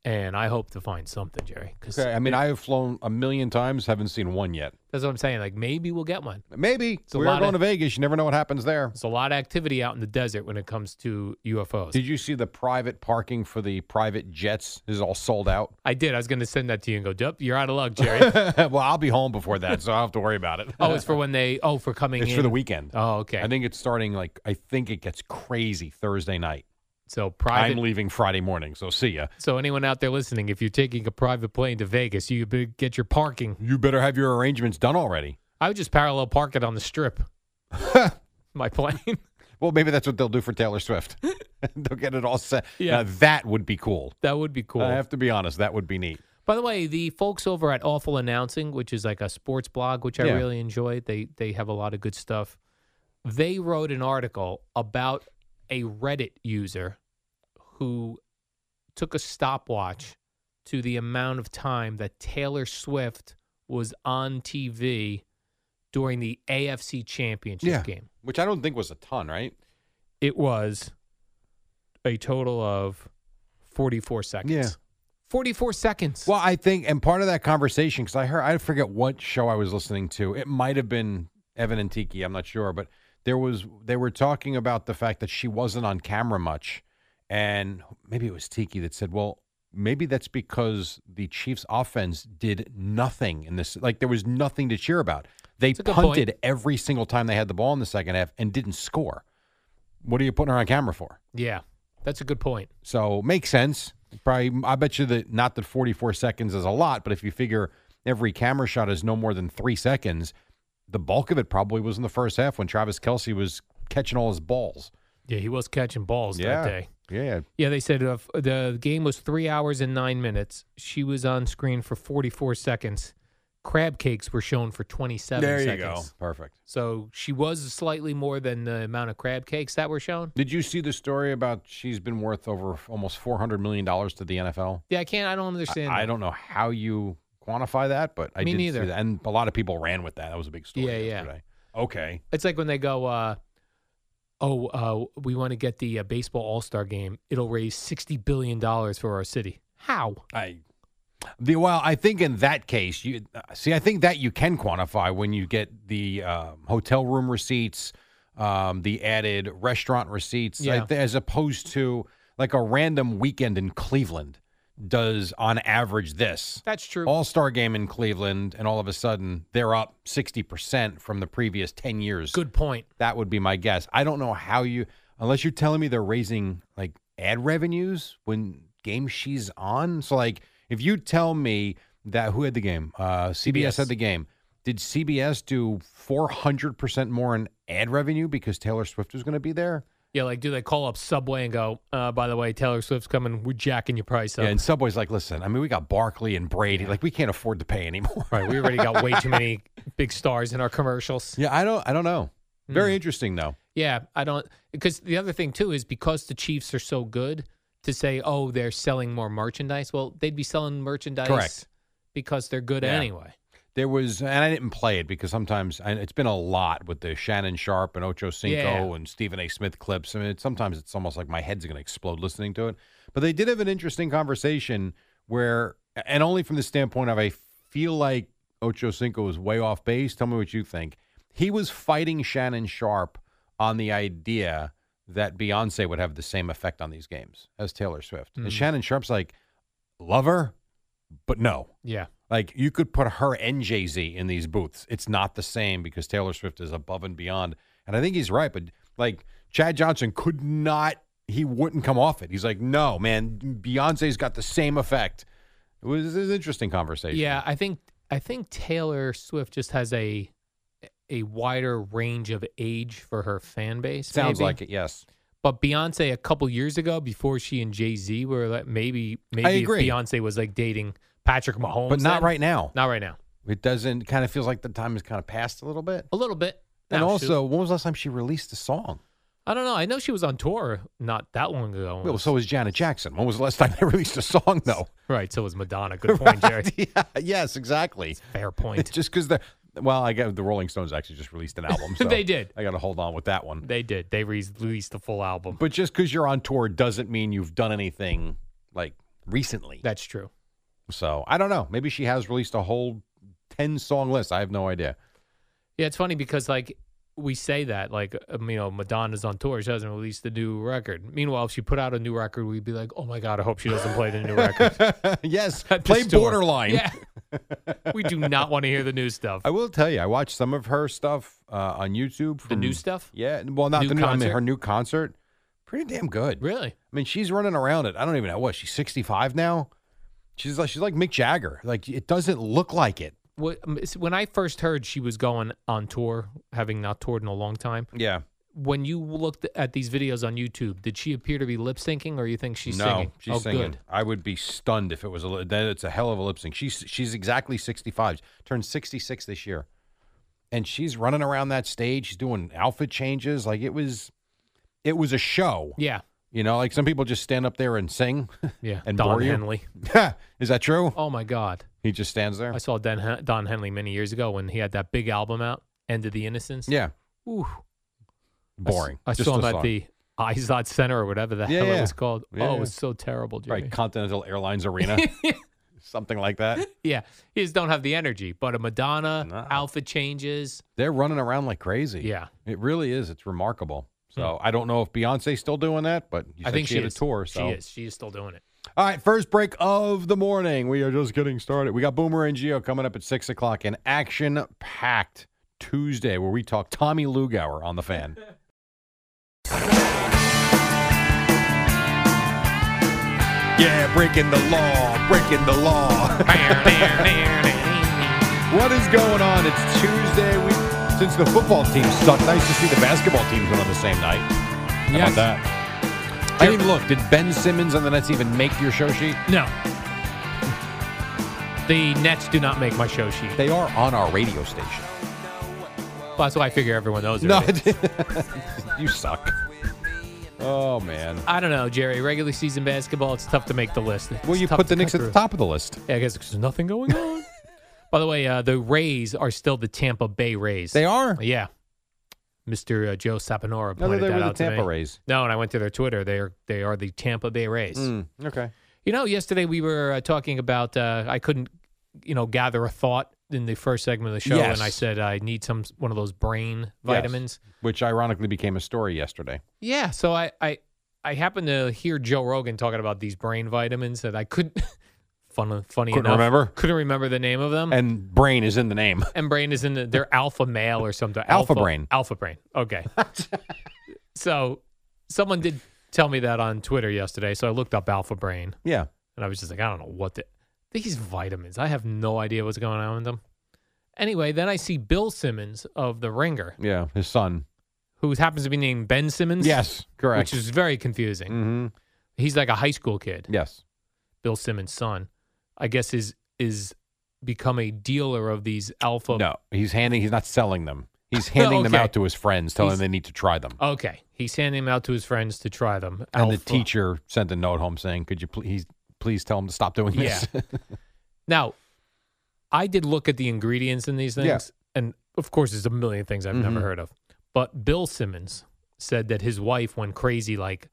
[SPEAKER 2] and I hope to find something, Jerry. 'cause
[SPEAKER 1] Okay. I mean, I have flown a million times, haven't seen one yet.
[SPEAKER 2] that's what I'm saying. Like maybe we'll get one.
[SPEAKER 1] Maybe
[SPEAKER 2] a
[SPEAKER 1] we're
[SPEAKER 2] lot
[SPEAKER 1] going
[SPEAKER 2] of-
[SPEAKER 1] to Vegas. You never know what happens there.
[SPEAKER 2] There's a lot of activity out in the desert when it comes to UFOs.
[SPEAKER 1] Did you see the private parking for the private jets is all sold out?
[SPEAKER 2] I did. I was going to send that to you and go, "Yep, you're out of luck, Jerry."
[SPEAKER 1] well, I'll be home before that, so I don't have to worry about it.
[SPEAKER 2] oh, it's for when they. Oh, for coming
[SPEAKER 1] It's
[SPEAKER 2] in
[SPEAKER 1] for the weekend.
[SPEAKER 2] Oh, okay.
[SPEAKER 1] I think it's starting like I think it gets crazy Thursday night.
[SPEAKER 2] so. Private.
[SPEAKER 1] I'm leaving Friday morning, so see ya.
[SPEAKER 2] so anyone out there listening, if you're taking a private plane to Vegas, you be- get your parking.
[SPEAKER 1] You better have your arrangements done already.
[SPEAKER 2] I would just parallel park it on the strip. My plane.
[SPEAKER 1] Well, maybe that's what they'll do for Taylor Swift. they'll get it all set.
[SPEAKER 2] Yeah.
[SPEAKER 1] Now, that would be cool.
[SPEAKER 2] That would be cool.
[SPEAKER 1] I have to be honest, that would be neat.
[SPEAKER 2] By the way, the folks over at Awful Announcing, which is like a sports blog, which I
[SPEAKER 1] Yeah.
[SPEAKER 2] really enjoy, they they have a lot of good stuff. They wrote an article about a Reddit user who took a stopwatch to the amount of time that Taylor Swift was on TV during the AFC Championship
[SPEAKER 1] Yeah.
[SPEAKER 2] game.
[SPEAKER 1] Which I don't think was a ton, right?
[SPEAKER 2] It was a total of 44 seconds.
[SPEAKER 1] Yeah.
[SPEAKER 2] 44 seconds.
[SPEAKER 1] Well, I think, and part of that conversation, because I heard, I forget what show I was listening to. It might have been Evan and Tiki. I'm not sure, but there was they were talking about the fact that she wasn't on camera much, and maybe it was Tiki that said, "Well, maybe that's because the Chiefs' offense did nothing in this. Like there was nothing to cheer about. They
[SPEAKER 2] a good point.
[SPEAKER 1] punted every single time they had the ball in the second half and didn't score. What are you putting her on camera for?
[SPEAKER 2] Yeah, that's a good point.
[SPEAKER 1] So makes sense. Probably, I bet you that not that 44 seconds is a lot, but if you figure every camera shot is no more than three seconds, the bulk of it probably was in the first half when Travis Kelsey was catching all his balls.
[SPEAKER 2] Yeah, he was catching balls
[SPEAKER 1] Yeah.
[SPEAKER 2] that day.
[SPEAKER 1] Yeah,
[SPEAKER 2] Yeah, they said uh, f- the game was three hours and nine minutes. She was on screen for 44 seconds. Crab cakes were shown for 27 seconds.
[SPEAKER 1] Perfect.
[SPEAKER 2] So she was slightly more than the amount of crab cakes that were shown.
[SPEAKER 1] Did you see the story about she's been worth over almost 400 million dollars to the NFL?
[SPEAKER 2] Yeah, I can't. I don't understand.
[SPEAKER 1] I, I
[SPEAKER 2] that.
[SPEAKER 1] don't know how you quantify that, but I
[SPEAKER 2] Me
[SPEAKER 1] did
[SPEAKER 2] neither.
[SPEAKER 1] see that, and a lot of people ran with that. That was a big story
[SPEAKER 2] Yeah, yeah.
[SPEAKER 1] yesterday. Okay,
[SPEAKER 2] It's like when they go, uh, "Oh, uh, we want to get the uh, baseball All Star game. It'll raise 60 billion dollars for our city. How?
[SPEAKER 1] I the well, I think in that case, you see, I think that you can quantify when you get the um, hotel room receipts, um, the added restaurant receipts, I
[SPEAKER 2] Yeah.
[SPEAKER 1] thi- as opposed to like a random weekend in Cleveland does on average this.
[SPEAKER 2] That's true.
[SPEAKER 1] All star game in Cleveland, and all of a sudden they're up 60% from the previous 10 years.
[SPEAKER 2] Good point.
[SPEAKER 1] That would be my guess. I don't know how you, unless you're telling me they're raising like ad revenues when game she's on. So like, if you tell me that who had the game, uh, CBS, had the game. Did CBS do 400% more in ad revenue because Taylor Swift was going to be there?
[SPEAKER 2] Yeah, like do they call up Subway and go, uh, by the way, Taylor Swift's coming, we're jacking your price up.
[SPEAKER 1] Yeah, and Subway's like, listen, I mean, we got Barkley and Brady. Like, we can't afford to pay anymore.
[SPEAKER 2] right, we already got way too many big stars in our commercials.
[SPEAKER 1] Yeah, I don't, I don't know. Very interesting though.
[SPEAKER 2] Yeah, I don't because the other thing too is because the Chiefs are so good to say, oh, they're selling more merchandise. Well, they'd be selling merchandise
[SPEAKER 1] Correct.
[SPEAKER 2] because they're good
[SPEAKER 1] Yeah.
[SPEAKER 2] anyway.
[SPEAKER 1] There was, and I didn't play it because sometimes and it's been a lot with the Shannon Sharp and Ocho Cinco
[SPEAKER 2] Yeah.
[SPEAKER 1] and Stephen A. Smith clips. I mean, it, sometimes it's almost like my head's going to explode listening to it. But they did have an interesting conversation where, and only from the standpoint of I feel like Ocho Cinco was way off base. Tell me what you think. He was fighting Shannon Sharp on the
[SPEAKER 2] Mm.
[SPEAKER 1] idea that Beyonce would have the same effect on these games as Taylor Swift. And Shannon Sharp's like, love her, but no.
[SPEAKER 2] Yeah.
[SPEAKER 1] Like you could put her and Jay Z in these booths. It's not the same because Taylor Swift is above and beyond. And I think he's right, but like Chad Johnson could not, he wouldn't come off it. He's like, no, man, Beyonce's got the same effect. It was, it was an interesting conversation.
[SPEAKER 2] Yeah, I think I think Taylor Swift just has a a wider range of age for her fan base.
[SPEAKER 1] Sounds
[SPEAKER 2] maybe.
[SPEAKER 1] like it, yes.
[SPEAKER 2] But Beyonce, a couple years ago, before she and Jay Z were like, maybe maybe
[SPEAKER 1] I
[SPEAKER 2] if
[SPEAKER 1] agree.
[SPEAKER 2] Beyonce was like dating Patrick Mahomes,
[SPEAKER 1] But not
[SPEAKER 2] then-
[SPEAKER 1] right now.
[SPEAKER 2] Not right now.
[SPEAKER 1] It doesn't, kind of feels like the time has kind of passed a little bit.
[SPEAKER 2] A little bit.
[SPEAKER 1] And
[SPEAKER 2] Now,
[SPEAKER 1] also,
[SPEAKER 2] shoot.
[SPEAKER 1] when was the last time she released a song?
[SPEAKER 2] I don't know. I know she was on tour not that long ago.
[SPEAKER 1] Well, so was Janet Jackson. When was the last time they released a song, though?
[SPEAKER 2] right. So was Madonna. Good point, Jerry.
[SPEAKER 1] Yeah, yes, exactly.
[SPEAKER 2] Fair point.
[SPEAKER 1] Just because the well, I guess the Rolling Stones actually just released an album. So
[SPEAKER 2] They did.
[SPEAKER 1] I got to hold on with that one.
[SPEAKER 2] They did. They re- released the full album.
[SPEAKER 1] But just because you're on tour doesn't mean you've done anything like recently.
[SPEAKER 2] That's true.
[SPEAKER 1] So I don't know. Maybe she has released a whole ten song list. I have no idea.
[SPEAKER 2] Yeah, it's funny because like we say that like um, you know Madonna's on tour, she hasn't released the new record. Meanwhile, if she put out a new record, we'd be like, oh my god, I hope she doesn't play the new record.
[SPEAKER 1] yes,
[SPEAKER 2] At the
[SPEAKER 1] play
[SPEAKER 2] store.
[SPEAKER 1] Borderline.
[SPEAKER 2] Yeah, we do not want to hear the new stuff.
[SPEAKER 1] I will tell you, I watched some of her stuff uh, on YouTube.
[SPEAKER 2] The new
[SPEAKER 1] from-
[SPEAKER 2] stuff,
[SPEAKER 1] Yeah, well, not
[SPEAKER 2] New
[SPEAKER 1] the new. I mean,
[SPEAKER 2] concert?
[SPEAKER 1] her new concert, pretty damn good.
[SPEAKER 2] really?
[SPEAKER 1] I mean, she's running around it. I don't even know what she's sixty five now. She's like she's like Mick Jagger. Like it doesn't look like it.
[SPEAKER 2] What, um, it's- when I first heard she was going on tour, having not toured in a long time,
[SPEAKER 1] Yeah.
[SPEAKER 2] when you looked at these videos on YouTube, did she appear to be lip syncing, or you think she's
[SPEAKER 1] no,
[SPEAKER 2] singing?
[SPEAKER 1] she's
[SPEAKER 2] oh,
[SPEAKER 1] singing.
[SPEAKER 2] good.
[SPEAKER 1] I would be stunned if it was a. li- Then it's a hell of a lip sync. She's she's exactly sixty five. Turned sixty six this year, and she's running around that stage. She's doing outfit changes. Like it was, it was a show.
[SPEAKER 2] Yeah,
[SPEAKER 1] You know, like some people just stand up there and sing.
[SPEAKER 2] yeah.
[SPEAKER 1] And
[SPEAKER 2] Don
[SPEAKER 1] bore you.
[SPEAKER 2] Henley.
[SPEAKER 1] Is that true?
[SPEAKER 2] Oh my god.
[SPEAKER 1] He just stands there.
[SPEAKER 2] I saw Dan, Hen- Don Henley many years ago when he had that big album out, End of the Innocence.
[SPEAKER 1] Yeah,
[SPEAKER 2] Ooh.
[SPEAKER 1] boring.
[SPEAKER 2] I, s- I
[SPEAKER 1] Just
[SPEAKER 2] saw him
[SPEAKER 1] a
[SPEAKER 2] at
[SPEAKER 1] song.
[SPEAKER 2] the Izod Center or whatever the
[SPEAKER 1] Yeah,
[SPEAKER 2] hell
[SPEAKER 1] yeah.
[SPEAKER 2] it was called.
[SPEAKER 1] Yeah,
[SPEAKER 2] oh,
[SPEAKER 1] yeah.
[SPEAKER 2] it was so terrible, Jimmy.
[SPEAKER 1] right Continental Airlines Arena, something like that.
[SPEAKER 2] Yeah. He just don't have the energy. But a Madonna, Alpha changes.
[SPEAKER 1] They're running around like crazy.
[SPEAKER 2] Yeah. Hmm.
[SPEAKER 1] it really is. It's remarkable. So I don't know if Beyonce's still doing that, but you
[SPEAKER 2] I
[SPEAKER 1] said
[SPEAKER 2] think
[SPEAKER 1] she,
[SPEAKER 2] she
[SPEAKER 1] had
[SPEAKER 2] is.
[SPEAKER 1] a tour. So
[SPEAKER 2] She is. She is still doing it.
[SPEAKER 1] All right, first break of the morning. We are just getting started. We got Boomer and Geo coming up at six o'clock. An action-packed Tuesday where we talk Tommy Lugauer on the fan. yeah, breaking the law, breaking the law. what is going on? It's Tuesday. We since the football team sucked. Nice to see the basketball teams went on the same night. How
[SPEAKER 2] Yes.
[SPEAKER 1] about that? I didn't even look. Did Ben Simmons and the Nets even make your show sheet?
[SPEAKER 2] No. The Nets do not make my show sheet.
[SPEAKER 1] They are on our radio station.
[SPEAKER 2] Well, that's why I figure everyone knows it.
[SPEAKER 1] No,
[SPEAKER 2] already.
[SPEAKER 1] you suck. Oh man.
[SPEAKER 2] I don't know, Jerry. Regular season basketball, it's tough to make the list. It's
[SPEAKER 1] Well, you
[SPEAKER 2] tough
[SPEAKER 1] put the
[SPEAKER 2] to cut
[SPEAKER 1] Knicks at the
[SPEAKER 2] through.
[SPEAKER 1] top of the list.
[SPEAKER 2] Yeah, I guess 'cause there's nothing going on. By the way, uh, the Rays are still the Tampa Bay Rays.
[SPEAKER 1] They are.
[SPEAKER 2] Yeah. Mr. Uh, Joe Saponora
[SPEAKER 1] No,
[SPEAKER 2] pointed
[SPEAKER 1] they
[SPEAKER 2] that
[SPEAKER 1] were the
[SPEAKER 2] out to
[SPEAKER 1] Tampa
[SPEAKER 2] me.
[SPEAKER 1] Rays.
[SPEAKER 2] No, and I went to their Twitter. They are they are the Tampa Bay Rays.
[SPEAKER 1] Mm, okay.
[SPEAKER 2] You know, yesterday we were uh, talking about uh, I couldn't, you know, gather a thought in the first segment of the show,
[SPEAKER 1] Yes.
[SPEAKER 2] and I said I need some one of those brain vitamins.
[SPEAKER 1] Yes. Which ironically became a story yesterday.
[SPEAKER 2] Yeah, so I I I happened to hear Joe Rogan talking about these brain vitamins that I couldn't. Fun, funny
[SPEAKER 1] Couldn't
[SPEAKER 2] enough,
[SPEAKER 1] remember?
[SPEAKER 2] couldn't remember the name of them.
[SPEAKER 1] And brain is in the name.
[SPEAKER 2] and brain is in the, their alpha male or something.
[SPEAKER 1] Alpha brain.
[SPEAKER 2] Alpha brain. Okay. so someone did tell me that on Twitter yesterday. So I looked up alpha brain
[SPEAKER 1] Yeah.
[SPEAKER 2] and I was just like, I don't know what the, these vitamins. I have no idea what's going on with them. Anyway, then I see Bill Simmons of The Ringer,
[SPEAKER 1] Yeah. His son.
[SPEAKER 2] who happens to be named Ben Simmons.
[SPEAKER 1] Yes. Correct.
[SPEAKER 2] Which is very confusing.
[SPEAKER 1] Mhm.
[SPEAKER 2] He's like a high school kid,
[SPEAKER 1] Yes.
[SPEAKER 2] Bill Simmons' son. I guess is is become a dealer of these alpha
[SPEAKER 1] No. He's handing he's not selling them. He's handing them
[SPEAKER 2] Okay.
[SPEAKER 1] out to his friends, telling
[SPEAKER 2] He's-
[SPEAKER 1] them they need to try them.
[SPEAKER 2] Okay, he's handing them out to his friends to try them.
[SPEAKER 1] and the
[SPEAKER 2] Alpha.
[SPEAKER 1] teacher sent a note home saying, Could you please please tell him to stop doing this?
[SPEAKER 2] Now, I did look at the ingredients in these things,
[SPEAKER 1] Yeah.
[SPEAKER 2] and of course, there's a million things I've never heard of. But Bill Simmons said that his wife went crazy, like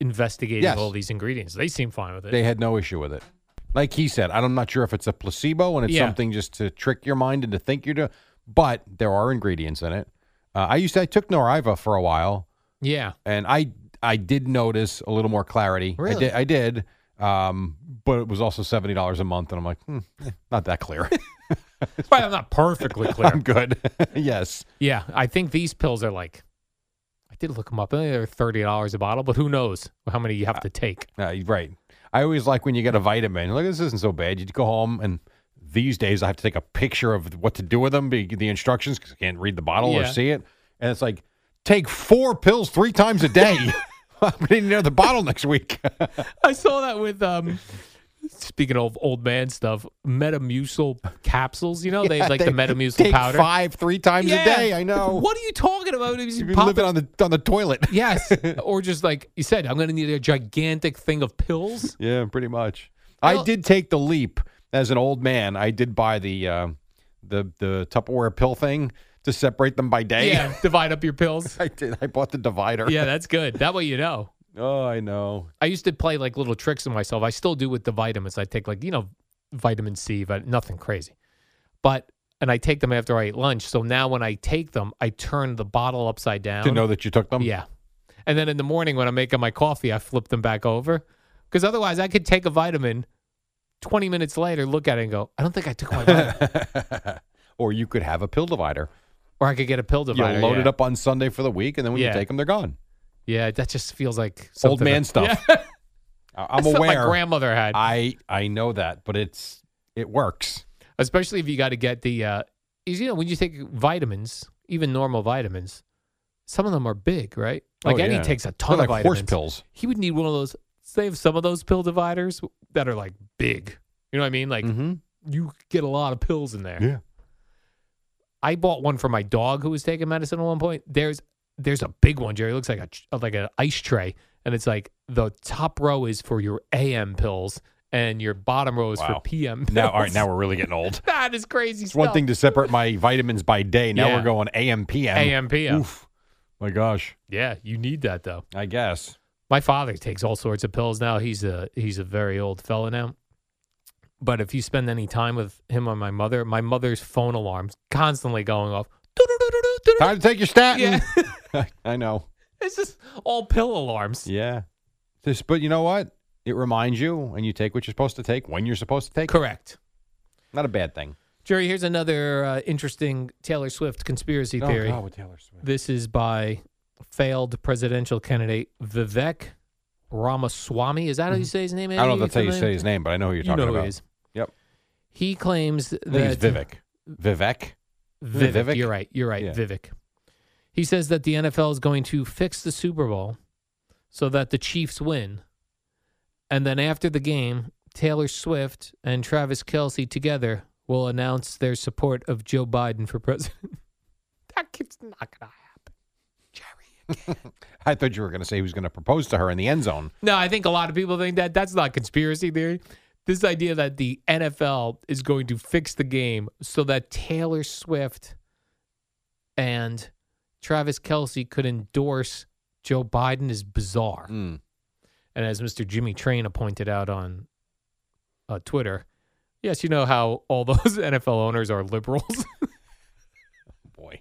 [SPEAKER 2] investigating
[SPEAKER 1] Yes.
[SPEAKER 2] all these ingredients. They seem fine with it.
[SPEAKER 1] they had no issue with it. Like he said, I'm not sure if it's a placebo and it's
[SPEAKER 2] Yeah.
[SPEAKER 1] something just to trick your mind into think you're doing, but there are ingredients in it. Uh, I used to, I took Noriva for a while,
[SPEAKER 2] yeah,
[SPEAKER 1] and I I did notice a little more clarity. I
[SPEAKER 2] Really?
[SPEAKER 1] did. I did. Um, but it was also seventy dollars a month, and I'm like, hmm, eh, not that clear. but
[SPEAKER 2] I'm not perfectly clear.
[SPEAKER 1] I'm good. yes.
[SPEAKER 2] Yeah, I think these pills are like. I did look them up. I think They're thirty dollars a bottle, but who knows how many you have to take?
[SPEAKER 1] Uh, right. I always like when you get a vitamin. Like this isn't so bad. You go home, and these days I have to take a picture of what to do with them, be- the instructions, because I can't read the bottle or
[SPEAKER 2] Yeah.
[SPEAKER 1] see it. And it's like, take four pills three times a day. I'm going to need another bottle next week.
[SPEAKER 2] I saw that with um speaking of old man stuff, Metamucil capsules, you know, Oh, they
[SPEAKER 1] Yeah,
[SPEAKER 2] like the
[SPEAKER 1] they
[SPEAKER 2] Metamucil
[SPEAKER 1] take
[SPEAKER 2] powder.
[SPEAKER 1] five, three times a day, I know.
[SPEAKER 2] What are you talking about? You
[SPEAKER 1] You've been living on the on the toilet.
[SPEAKER 2] yes, or just like you said, I'm going to need a gigantic thing of pills.
[SPEAKER 1] Yeah, pretty much. I
[SPEAKER 2] Well-
[SPEAKER 1] did take the leap as an old man. I did buy the uh, the the Tupperware pill thing to separate them by day.
[SPEAKER 2] Yeah, divide up your pills.
[SPEAKER 1] I did. I bought the divider.
[SPEAKER 2] Yeah, that's good. That way you know.
[SPEAKER 1] Oh, I know.
[SPEAKER 2] I used to play like little tricks with myself. I still do with the vitamins. I take like you know vitamin C, but nothing crazy. But and I take them after I eat lunch. So now when I take them, I turn the bottle upside down
[SPEAKER 1] To know that you took them.
[SPEAKER 2] Yeah. And then in the morning when I'm making my coffee, I flip them back over. Because otherwise, I could take a vitamin 20 minutes later, look at it and go, I don't think I took my vitamin.
[SPEAKER 1] Or you could have a pill divider.
[SPEAKER 2] or I could get a pill divider.
[SPEAKER 1] you load
[SPEAKER 2] yeah.
[SPEAKER 1] it up on Sunday for the week, and then when
[SPEAKER 2] Yeah.
[SPEAKER 1] you take them, they're gone.
[SPEAKER 2] Yeah, that just feels like
[SPEAKER 1] Old
[SPEAKER 2] something
[SPEAKER 1] man
[SPEAKER 2] that-
[SPEAKER 1] stuff.
[SPEAKER 2] Yeah.
[SPEAKER 1] I- I'm
[SPEAKER 2] That's what my
[SPEAKER 1] aware.
[SPEAKER 2] grandmother had.
[SPEAKER 1] I I know that, but it's it works.
[SPEAKER 2] Especially if you got to get the, uh, is- you know, when you take vitamins, even normal vitamins, some of them are big, right? Like
[SPEAKER 1] Oh,
[SPEAKER 2] Eddie
[SPEAKER 1] yeah.
[SPEAKER 2] takes a
[SPEAKER 1] They're
[SPEAKER 2] ton
[SPEAKER 1] like
[SPEAKER 2] of
[SPEAKER 1] horse
[SPEAKER 2] vitamins.
[SPEAKER 1] pills.
[SPEAKER 2] He would need one of those. They have some of those pill dividers that are like big. You know what I mean? Like
[SPEAKER 1] Mm-hmm.
[SPEAKER 2] you get a lot of pills in there.
[SPEAKER 1] Yeah.
[SPEAKER 2] I bought one for my dog who was taking medicine at one point. There's there's a big one, Jerry. It looks like a ch- like an ice tray, and it's like the top row is for your AM pills, and your bottom row is
[SPEAKER 1] Wow.
[SPEAKER 2] for PM. Pills.
[SPEAKER 1] Now, all right, now we're really getting old.
[SPEAKER 2] that is crazy
[SPEAKER 1] It's
[SPEAKER 2] stuff.
[SPEAKER 1] one thing to separate my vitamins by day. Now
[SPEAKER 2] Yeah.
[SPEAKER 1] we're going AM PM.
[SPEAKER 2] AM, PM.
[SPEAKER 1] Oof. My gosh.
[SPEAKER 2] Yeah, you need that though.
[SPEAKER 1] I guess.
[SPEAKER 2] My father takes all sorts of pills now. He's a he's a very old fella now. But if you spend any time with him or my mother, my mother's phone alarm's constantly going off.
[SPEAKER 1] Time to take your statin.
[SPEAKER 2] Yeah.
[SPEAKER 1] I know.
[SPEAKER 2] It's just all pill alarms.
[SPEAKER 1] Yeah. This, but you know what? It reminds you, and you take what you're supposed to take when you're supposed to take. it.
[SPEAKER 2] Correct.
[SPEAKER 1] Not a bad thing.
[SPEAKER 2] Jerry, here's another uh, interesting Taylor Swift conspiracy
[SPEAKER 1] Oh,
[SPEAKER 2] theory.
[SPEAKER 1] God, with Taylor Swift.
[SPEAKER 2] This is by failed presidential candidate Vivek Ramaswamy. Is that how you say his name?
[SPEAKER 1] Mm-hmm. I
[SPEAKER 2] Andy?
[SPEAKER 1] don't know
[SPEAKER 2] You
[SPEAKER 1] if that's how you
[SPEAKER 2] familiar?
[SPEAKER 1] say his name, but I know who you're
[SPEAKER 2] You
[SPEAKER 1] talking
[SPEAKER 2] know who he
[SPEAKER 1] about.
[SPEAKER 2] is.
[SPEAKER 1] Yep.
[SPEAKER 2] He claims
[SPEAKER 1] I think he's
[SPEAKER 2] that uh,
[SPEAKER 1] Vivek. Vivek.
[SPEAKER 2] Vivek.
[SPEAKER 1] Vivek?
[SPEAKER 2] You're right. You're right.
[SPEAKER 1] Yeah.
[SPEAKER 2] Vivek. He says that the NFL is going to fix the Super Bowl so that the Chiefs win. And then after the game, Taylor Swift and Travis Kelsey together will announce their support of Joe Biden for president. that kid's not going to happen.
[SPEAKER 1] I thought you were going to say he was going to propose to her in the end zone.
[SPEAKER 2] No, I think a lot of people think that that's not conspiracy theory. This idea that the NFL is going to fix the game so that Taylor Swift and Travis Kelsey could endorse Joe Biden is bizarre. And as Mr. Jimmy Traina pointed out on uh, Twitter, yes, you know how all those NFL owners are liberals.
[SPEAKER 1] Boy.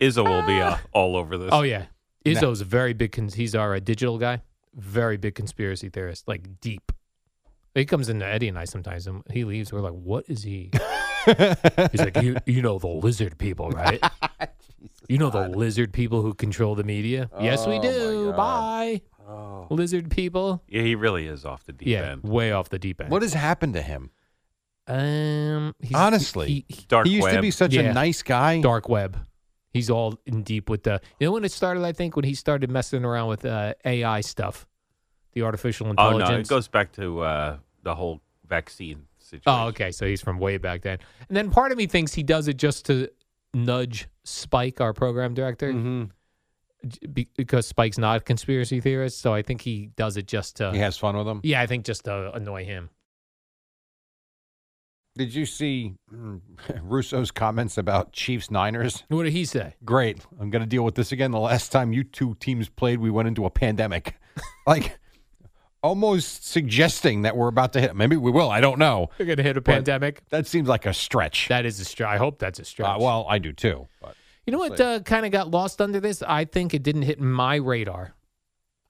[SPEAKER 9] Izzo will be uh, all over this.
[SPEAKER 2] Oh yeah, Izzo's a very big. Cons- he's our uh, digital guy. Very big conspiracy theorist, like deep. He comes into Eddie and I sometimes, and he leaves. We're like, "What is he?" he's like, "You you know the lizard people, right? you know the lizard people who control the media. yes, we
[SPEAKER 9] Oh, my
[SPEAKER 2] do.
[SPEAKER 9] God.
[SPEAKER 2] Bye, lizard people.
[SPEAKER 9] Yeah, he really is off the deep
[SPEAKER 2] yeah,
[SPEAKER 9] end.
[SPEAKER 2] way off the deep end.
[SPEAKER 1] What has happened to him?
[SPEAKER 2] Um, he's,
[SPEAKER 1] Honestly,
[SPEAKER 2] he, he,
[SPEAKER 9] Dark
[SPEAKER 1] he used to
[SPEAKER 9] web.
[SPEAKER 1] be such
[SPEAKER 2] Yeah.
[SPEAKER 1] a nice guy.
[SPEAKER 2] dark web. He's all in deep with the. You know when it started? I think when he started messing around with uh, AI stuff, the artificial
[SPEAKER 9] Oh
[SPEAKER 2] intelligence.
[SPEAKER 9] no, it goes back to uh, the whole vaccine situation.
[SPEAKER 2] Oh, okay. So he's from way back then. And then part of me thinks he does it just to nudge Spike, our program director, j- be- because Spike's not a conspiracy theorist. So I think he does it just to.
[SPEAKER 1] He has fun with him.
[SPEAKER 2] Yeah, I think just to annoy him.
[SPEAKER 1] Did you see mm, Russo's comments about Chiefs Niners?
[SPEAKER 2] What did he say?
[SPEAKER 1] Great. I'm going to deal with this again. The last time you two teams played, we went into a pandemic. like, almost suggesting that we're about to hit. Maybe we will. I don't know.
[SPEAKER 2] They're going to hit a
[SPEAKER 1] But
[SPEAKER 2] pandemic.
[SPEAKER 1] That seems like a stretch.
[SPEAKER 2] That is a stretch. I hope that's a stretch.
[SPEAKER 1] Uh, well, I do too. But
[SPEAKER 2] You know what uh, kind of got lost under this? I think it didn't hit my radar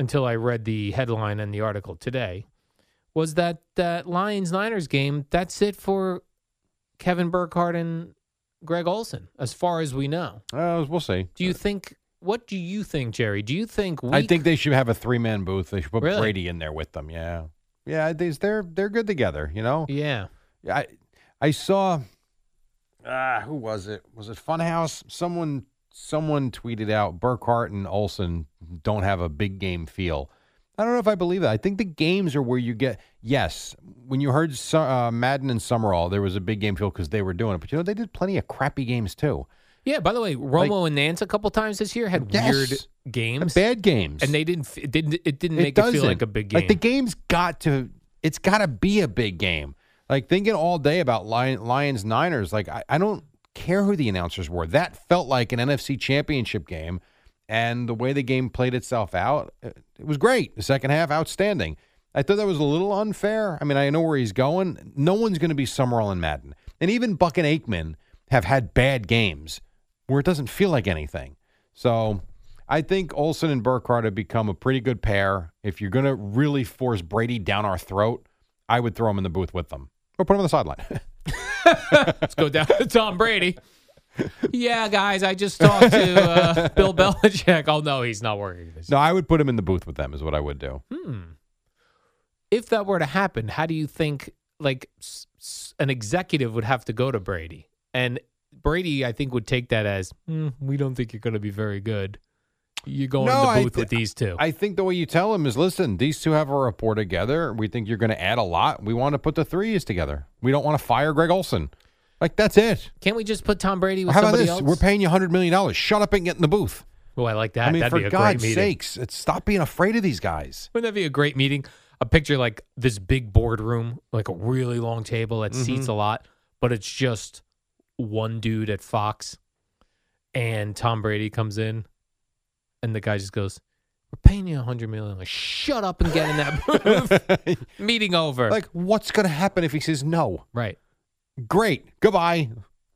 [SPEAKER 2] until I read the headline and the article today. was that that Lions Niners game. That's it for Kevin Burkhardt and Greg Olson, as far as we know.
[SPEAKER 1] Uh, we'll see.
[SPEAKER 2] Do you think? What do you think, Jerry? Do you think?
[SPEAKER 1] I
[SPEAKER 2] week-
[SPEAKER 1] think they should have a three man booth. They should put
[SPEAKER 2] Really?
[SPEAKER 1] Brady in there with them. Yeah, yeah. They, they're they're good together. You know.
[SPEAKER 2] Yeah.
[SPEAKER 1] I I saw. Ah, who was it? Was it Funhouse? Someone someone tweeted out Burkhart and Olson don't have a big game feel. I don't know if I believe that. I think the games are where you get yes. When you heard Su- uh, Madden and Summerall, there was a big game feel because they were doing it. But you know they did plenty of crappy games too.
[SPEAKER 2] Yeah. By the way, Romo and Nance a couple times this year had
[SPEAKER 1] Yes.
[SPEAKER 2] weird games,
[SPEAKER 1] bad games.
[SPEAKER 2] and they didn't. f- It didn't. It didn't make it,
[SPEAKER 1] doesn't.
[SPEAKER 2] feel like a big game.
[SPEAKER 1] Like the game's got to, it's got to be a big game. Like thinking all day about Lion, Lions Niners. Like I, I don't care who the announcers were. That felt like an NFC Championship game, and the way the game played itself out, it it was great. The second half, outstanding. I thought that was a little unfair. I mean, I know where he's going. No one's going to be Summerall and Madden, and even Buck and Aikman have had bad games where it doesn't feel like anything. So I think Olson and Burkhardt have become a pretty good pair. If you're going to really force Brady down our throat, I would throw him in the booth with them or put him on the sideline.
[SPEAKER 2] Let's go down to Tom Brady. Yeah, guys, I just talked to uh, Bill Belichick. Oh no, he's not working this.
[SPEAKER 1] no, I would put him in the booth with them, is what I would do.
[SPEAKER 2] Hmm. If that were to happen, how do you think like s- s- an executive would have to go to Brady? And Brady, I think, would take that as "Hmm, we don't think you're going to be very good. You're going
[SPEAKER 1] No,
[SPEAKER 2] in
[SPEAKER 1] I
[SPEAKER 2] the booth
[SPEAKER 1] thi-
[SPEAKER 2] with these two.
[SPEAKER 1] I think the way you tell him is listen, these two have a rapport together. We think you're going to add a lot. We want to put the threes together. We don't want to fire Greg Olson. Like, that's it.
[SPEAKER 2] Can't we just put Tom Brady
[SPEAKER 1] Or
[SPEAKER 2] with
[SPEAKER 1] How about
[SPEAKER 2] somebody
[SPEAKER 1] this?
[SPEAKER 2] else?
[SPEAKER 1] We're paying you $100 million. Shut up and get in the booth.
[SPEAKER 2] oh, I like that.
[SPEAKER 1] I mean,
[SPEAKER 2] That'd
[SPEAKER 1] for
[SPEAKER 2] be a
[SPEAKER 1] God's
[SPEAKER 2] great meeting.
[SPEAKER 1] sakes, it's, stop being afraid of these guys.
[SPEAKER 2] Wouldn't that be a great meeting? A picture like this big boardroom, like a really long table that seats
[SPEAKER 1] Mhm.
[SPEAKER 2] a lot, but it's just one dude at Fox, and Tom Brady comes in, and the guy just goes, "We're paying you a hundred million. Like, shut up and get in that booth. meeting over.
[SPEAKER 1] Like, what's going to happen if he says no?
[SPEAKER 2] right.
[SPEAKER 1] Great. Goodbye.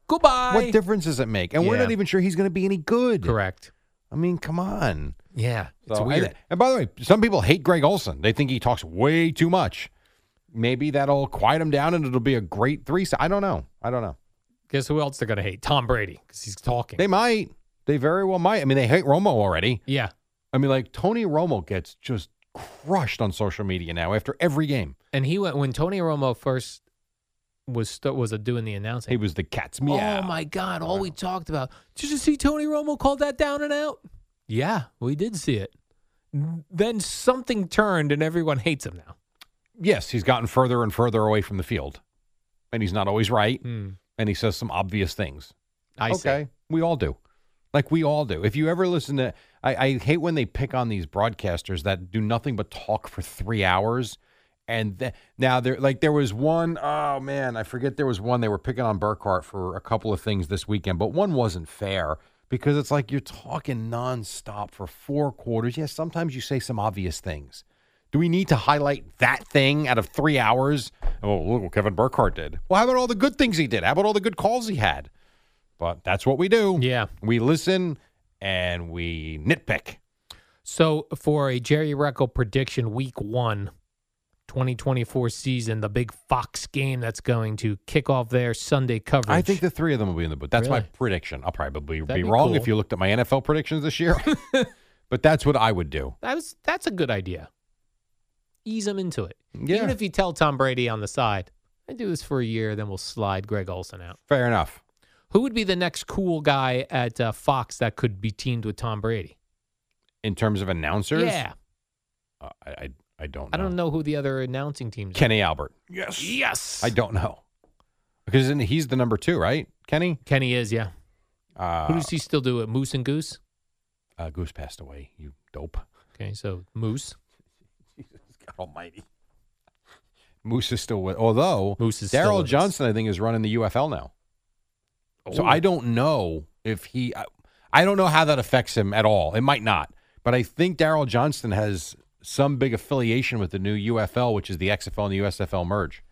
[SPEAKER 2] Goodbye.
[SPEAKER 1] What difference does it make? And we're
[SPEAKER 2] Yeah.
[SPEAKER 1] not even sure he's going to be any good.
[SPEAKER 2] Correct.
[SPEAKER 1] I mean, come on.
[SPEAKER 2] Yeah, it's
[SPEAKER 1] So,
[SPEAKER 2] weird.
[SPEAKER 1] And, and by the way, some people hate Greg Olson. They think he talks way too much. Maybe that'll quiet him down, and it'll be a great three. I don't know. I don't know.
[SPEAKER 2] Guess who else they're gonna hate? Tom Brady because he's talking.
[SPEAKER 1] They might. They very well might. I mean, they hate Romo already.
[SPEAKER 2] yeah,
[SPEAKER 1] I mean, like Tony Romo gets just crushed on social media now after every game.
[SPEAKER 2] and he went when Tony Romo first was st- was uh, doing the announcing.
[SPEAKER 1] He was the cat's meow.
[SPEAKER 2] Oh my God! All we talked about. Did you see Tony Romo called that down and out? Yeah, we did see it. Then something turned, and everyone hates him now.
[SPEAKER 1] yes, he's gotten further and further away from the field, and he's not always right,
[SPEAKER 2] Hmm.
[SPEAKER 1] and he says some obvious things.
[SPEAKER 2] I see.
[SPEAKER 1] okay, we all do. Like we all do. If you ever listen to, I, I hate when they pick on these broadcasters that do nothing but talk for three hours. And th- now there, like there was one, oh man, I forget there was one they were picking on Burkhart for a couple of things this weekend, but one wasn't fair because it's like you're talking nonstop for four quarters. Yes, sometimes you say some obvious things. Do we need to highlight that thing out of three hours? Oh, look what Kevin Burkhart did. Well, how about all the good things he did? How about all the good calls he had? But that's what we do.
[SPEAKER 2] Yeah.
[SPEAKER 1] We listen and we nitpick.
[SPEAKER 2] So for a Jerry Recco prediction, Week One, 2024 season, the big Fox game that's going to kick off their Sunday coverage.
[SPEAKER 1] I think the three of them will be in the booth. That's my
[SPEAKER 2] Really?
[SPEAKER 1] prediction. I'll probably
[SPEAKER 2] That'd
[SPEAKER 1] be,
[SPEAKER 2] be
[SPEAKER 1] wrong
[SPEAKER 2] cool.
[SPEAKER 1] if you looked at my NFL predictions this year, but that's what I would do.
[SPEAKER 2] that was that's a good idea. Ease him into it.
[SPEAKER 1] Yeah.
[SPEAKER 2] Even if you tell Tom Brady on the side, I do this for a year, then we'll slide Greg Olson out.
[SPEAKER 1] Fair enough.
[SPEAKER 2] Who would be the next cool guy at uh, Fox that could be teamed with Tom Brady?
[SPEAKER 1] In terms of announcers,
[SPEAKER 2] Yeah.
[SPEAKER 1] uh, I, I I don't know.
[SPEAKER 2] I don't know who the other announcing teams are.
[SPEAKER 1] Kenny Albert. Yes.
[SPEAKER 2] Yes.
[SPEAKER 1] I don't know because then he's the number two, right? Kenny.
[SPEAKER 2] Kenny is, yeah.
[SPEAKER 1] Uh,
[SPEAKER 2] who does he still do it? Moose and Goose?
[SPEAKER 1] uh, Goose passed away. You dope.
[SPEAKER 2] Okay, so Moose.
[SPEAKER 1] God Almighty. Moose is still with. Although
[SPEAKER 2] Moose is still
[SPEAKER 1] Daryl
[SPEAKER 2] with us.
[SPEAKER 1] Johnson, I think, is running the UFL now. So
[SPEAKER 2] Ooh.
[SPEAKER 1] I don't know if he. I, I don't know how that affects him at all. It might not, but I think Daryl Johnston has some big affiliation with the new UFL, which is the XFL and the USFL merge.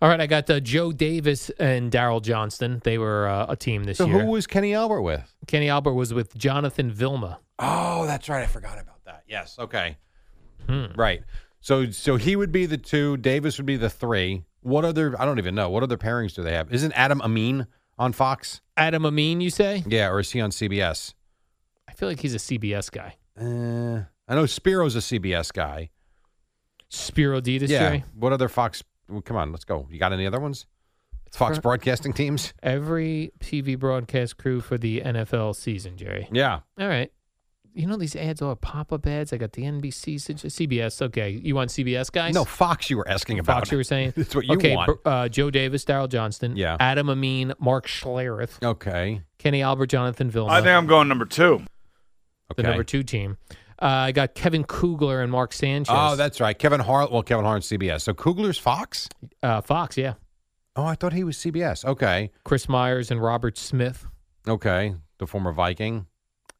[SPEAKER 2] All right, I got uh, Joe Davis and Daryl Johnston. They were uh, a team this
[SPEAKER 1] So
[SPEAKER 2] year.
[SPEAKER 1] who was Kenny Albert with?
[SPEAKER 2] Kenny Albert was with Jonathan Vilma.
[SPEAKER 1] Oh, that's right. I forgot about that. Yes. Okay.
[SPEAKER 2] Hmm.
[SPEAKER 1] Right. So so he would be the two. Davis would be the three. What other? I don't even know. What other pairings do they have? Isn't Adam Amin on Fox?
[SPEAKER 2] Adam Amin, you say?
[SPEAKER 1] Yeah, or is he on CBS?
[SPEAKER 2] I feel like he's a CBS guy.
[SPEAKER 1] Uh, I know Spiro's a CBS guy.
[SPEAKER 2] Spiro Ditas.
[SPEAKER 1] yeah. What other Fox? well, come on, let's go. You got any other ones? Fox
[SPEAKER 2] for-
[SPEAKER 1] broadcasting teams.
[SPEAKER 2] Every TV broadcast crew for the NFL season, Jerry.
[SPEAKER 1] Yeah.
[SPEAKER 2] All right. You know these ads are pop-up ads. I got the NBC, CBS. Okay, you want CBS guys?
[SPEAKER 1] No, Fox. You were asking about.
[SPEAKER 2] Fox, you were saying.
[SPEAKER 1] That's what you
[SPEAKER 2] okay,
[SPEAKER 1] want.
[SPEAKER 2] br- Uh, Joe Davis, Daryl Johnston,
[SPEAKER 1] Yeah.
[SPEAKER 2] Adam Amin, Mark Schlereth,
[SPEAKER 1] Okay.
[SPEAKER 2] Kenny Albert, Jonathan Vilma,
[SPEAKER 10] I think I'm going number two.
[SPEAKER 2] the number two team. Uh, I got Kevin Kugler and Mark Sanchez.
[SPEAKER 1] Oh, that's right. Kevin Hart. Well, Kevin Hart's CBS. So Kugler's Fox.
[SPEAKER 2] uh, Fox, yeah.
[SPEAKER 1] Oh, I thought he was CBS. Okay.
[SPEAKER 2] Chris Myers and Robert Smith
[SPEAKER 1] Okay. The former Viking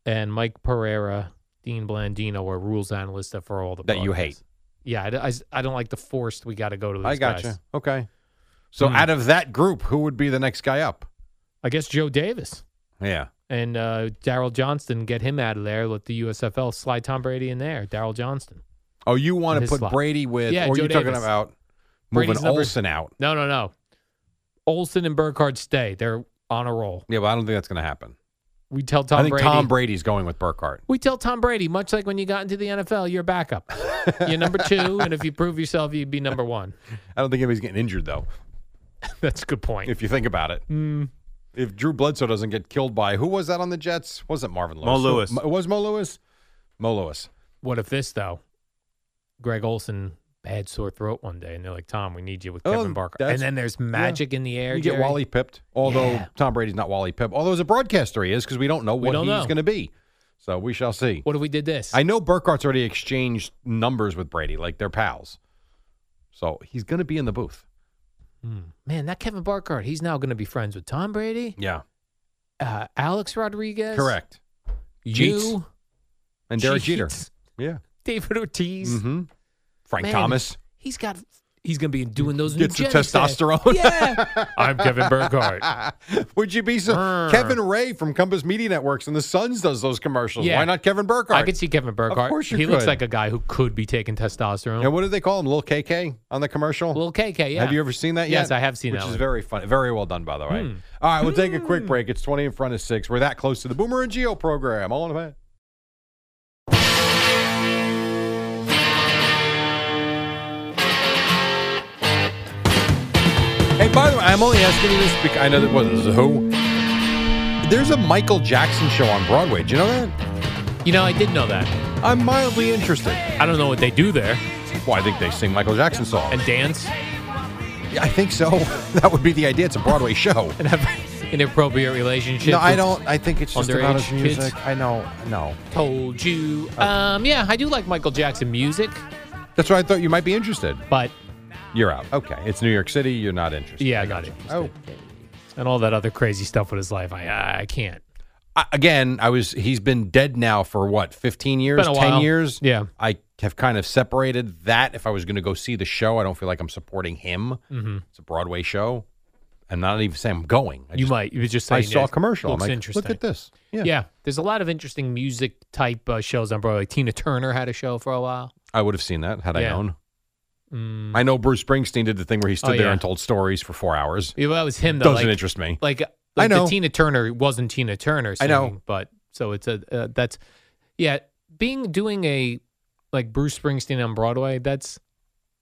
[SPEAKER 2] and Mike Pereira, Dean Blandino are rules analysts for all the
[SPEAKER 1] that you hate.
[SPEAKER 2] broadcasts. Yeah, I, I, I don't like the forced. We got to go to. Those
[SPEAKER 1] I gotcha.
[SPEAKER 2] guys.
[SPEAKER 1] Okay. So
[SPEAKER 2] Hmm.
[SPEAKER 1] out of that group, who would be the next guy up?
[SPEAKER 2] I guess Joe Davis
[SPEAKER 1] Yeah.
[SPEAKER 2] and uh, Daryl Johnston get him out of there. Let the USFL slide Tom Brady in there. Daryl Johnston.
[SPEAKER 1] Oh, you want
[SPEAKER 2] In
[SPEAKER 1] to
[SPEAKER 2] his
[SPEAKER 1] put
[SPEAKER 2] slot.
[SPEAKER 1] Brady with?
[SPEAKER 2] Yeah,
[SPEAKER 1] or
[SPEAKER 2] Joe
[SPEAKER 1] you talking
[SPEAKER 2] Davis.
[SPEAKER 1] about moving
[SPEAKER 2] Brady's number-
[SPEAKER 1] Olson out?
[SPEAKER 2] No, no, no. Olson and Burkhardt stay. They're on a roll.
[SPEAKER 1] Yeah, but I don't think that's going to happen.
[SPEAKER 2] We tell Tom
[SPEAKER 1] I think
[SPEAKER 2] Brady.
[SPEAKER 1] Tom Brady's going with Burkhart.
[SPEAKER 2] we tell Tom Brady, much like when you got into the NFL, you're a backup. you're number two, and if you prove yourself, you'd be number one.
[SPEAKER 1] I don't think anybody's getting injured though.
[SPEAKER 2] That's a good point.
[SPEAKER 1] If you think about it,
[SPEAKER 2] Mm.
[SPEAKER 1] if Drew Bledsoe doesn't get killed by who was that on the Jets? Wasn't Marvin Lewis?
[SPEAKER 9] Mo
[SPEAKER 1] Who-
[SPEAKER 9] Lewis.
[SPEAKER 1] Mo- was Mo Lewis? Mo Lewis.
[SPEAKER 2] What if this though? Greg Olson bad sore throat one day, and they're like, "Tom, we need you with
[SPEAKER 1] Oh,
[SPEAKER 2] Kevin Barker."
[SPEAKER 1] that's-
[SPEAKER 2] And then there's
[SPEAKER 1] yeah.
[SPEAKER 2] magic in the air.
[SPEAKER 1] You get
[SPEAKER 2] Jerry.
[SPEAKER 1] Wally pipped, although
[SPEAKER 2] Yeah.
[SPEAKER 1] Tom Brady's not Wally Pip. Although as a broadcaster, he is because we don't know
[SPEAKER 2] We
[SPEAKER 1] what
[SPEAKER 2] don't
[SPEAKER 1] he's
[SPEAKER 2] know.
[SPEAKER 1] going to be. So we shall see.
[SPEAKER 2] What if we did this?
[SPEAKER 1] I know Burkhart's already exchanged numbers with Brady, like they're pals. So he's going to be in the booth.
[SPEAKER 2] Hmm. Man, that Kevin Barkart, he's now going to be friends with Tom Brady,
[SPEAKER 1] Yeah,
[SPEAKER 2] uh, Alex Rodriguez,
[SPEAKER 1] correct.
[SPEAKER 2] You,
[SPEAKER 1] Jeets. And Derek Jeter.
[SPEAKER 2] Jeets,
[SPEAKER 1] Yeah.
[SPEAKER 2] David Ortiz,
[SPEAKER 1] hmm Frank
[SPEAKER 2] Man,
[SPEAKER 1] Thomas.
[SPEAKER 2] He's got. He's going to be doing those
[SPEAKER 1] Get some
[SPEAKER 2] new genetics there.
[SPEAKER 1] testosterone.
[SPEAKER 2] Yeah, I'm Kevin Burkhardt.
[SPEAKER 1] Would you be so? Kevin Ray from Compass Media Networks and the Suns does those commercials.
[SPEAKER 2] Yeah.
[SPEAKER 1] Why not Kevin Burkhardt?
[SPEAKER 2] I could see Kevin Burkhardt.
[SPEAKER 1] course you
[SPEAKER 2] he looks
[SPEAKER 1] could.
[SPEAKER 2] like a guy who could be taking testosterone.
[SPEAKER 1] And what do they call him? Little KK on the commercial.
[SPEAKER 2] Little KK, yeah.
[SPEAKER 1] Have you ever seen that yet?
[SPEAKER 2] Yes, I have seen
[SPEAKER 1] Which
[SPEAKER 2] that
[SPEAKER 1] is
[SPEAKER 2] one.
[SPEAKER 1] very fun. Very well done, by the way.
[SPEAKER 2] Hmm.
[SPEAKER 1] All right, we'll take a quick break. It's twenty in front of six. We're that close to the Boomer and Geo program. All in a minute. Hey, by the way, I'm only asking you this because I know that wasn't who. There's a Michael Jackson show on Broadway. Do you know that?
[SPEAKER 2] You know, I did know that.
[SPEAKER 1] I'm mildly interested.
[SPEAKER 2] I don't know what they do there
[SPEAKER 1] Well, I think they sing Michael Jackson songs.
[SPEAKER 2] and dance
[SPEAKER 1] I think so. That would be the idea. It's a Broadway show.
[SPEAKER 2] and have inappropriate relationships.
[SPEAKER 1] No, I
[SPEAKER 2] with
[SPEAKER 1] don't. I think it's just about
[SPEAKER 2] underage
[SPEAKER 1] his music. Uh,
[SPEAKER 2] kids.
[SPEAKER 1] I know. No.
[SPEAKER 2] Told you. Um, yeah, I do like Michael Jackson music,
[SPEAKER 1] That's why I thought you might be interested.
[SPEAKER 2] but
[SPEAKER 1] You're out. Okay. It's New York City. You're not interested.
[SPEAKER 2] yeah, I got it.
[SPEAKER 1] Oh.
[SPEAKER 2] And all that other crazy stuff with his life, I I can't.
[SPEAKER 1] I, again, I was. He's been dead now for what? 15 years?
[SPEAKER 2] been a
[SPEAKER 1] 10
[SPEAKER 2] while.
[SPEAKER 1] years?
[SPEAKER 2] Yeah.
[SPEAKER 1] I have kind of separated that. If I was going to go see the show, I don't feel like I'm supporting him.
[SPEAKER 2] Mhm.
[SPEAKER 1] It's a Broadway show. I'm not even saying I'm going. I
[SPEAKER 2] you
[SPEAKER 1] just-
[SPEAKER 2] might. You were just
[SPEAKER 1] I
[SPEAKER 2] saying
[SPEAKER 1] saw a
[SPEAKER 2] it
[SPEAKER 1] commercial. I'm
[SPEAKER 2] Looks
[SPEAKER 1] like,
[SPEAKER 2] interesting.
[SPEAKER 1] look at this.
[SPEAKER 2] Yeah. there's a lot of interesting music type uh, shows on Broadway. Tina Turner had a show for a while.
[SPEAKER 1] I would have seen that had I
[SPEAKER 2] Yeah.
[SPEAKER 1] known.
[SPEAKER 2] Mm.
[SPEAKER 1] I know Bruce Springsteen did the thing where he stood
[SPEAKER 2] Oh,
[SPEAKER 1] there
[SPEAKER 2] yeah.
[SPEAKER 1] and told stories for four hours.
[SPEAKER 2] Yeah, well, that was him though.
[SPEAKER 1] Doesn't
[SPEAKER 2] like,
[SPEAKER 1] interest me.
[SPEAKER 2] Like, uh, like
[SPEAKER 1] I know.
[SPEAKER 2] the Tina Turner wasn't Tina Turner.
[SPEAKER 1] I
[SPEAKER 2] Singing,
[SPEAKER 1] know.
[SPEAKER 2] but so it's a uh, that's yeah. Being doing a like Bruce Springsteen on Broadway. That's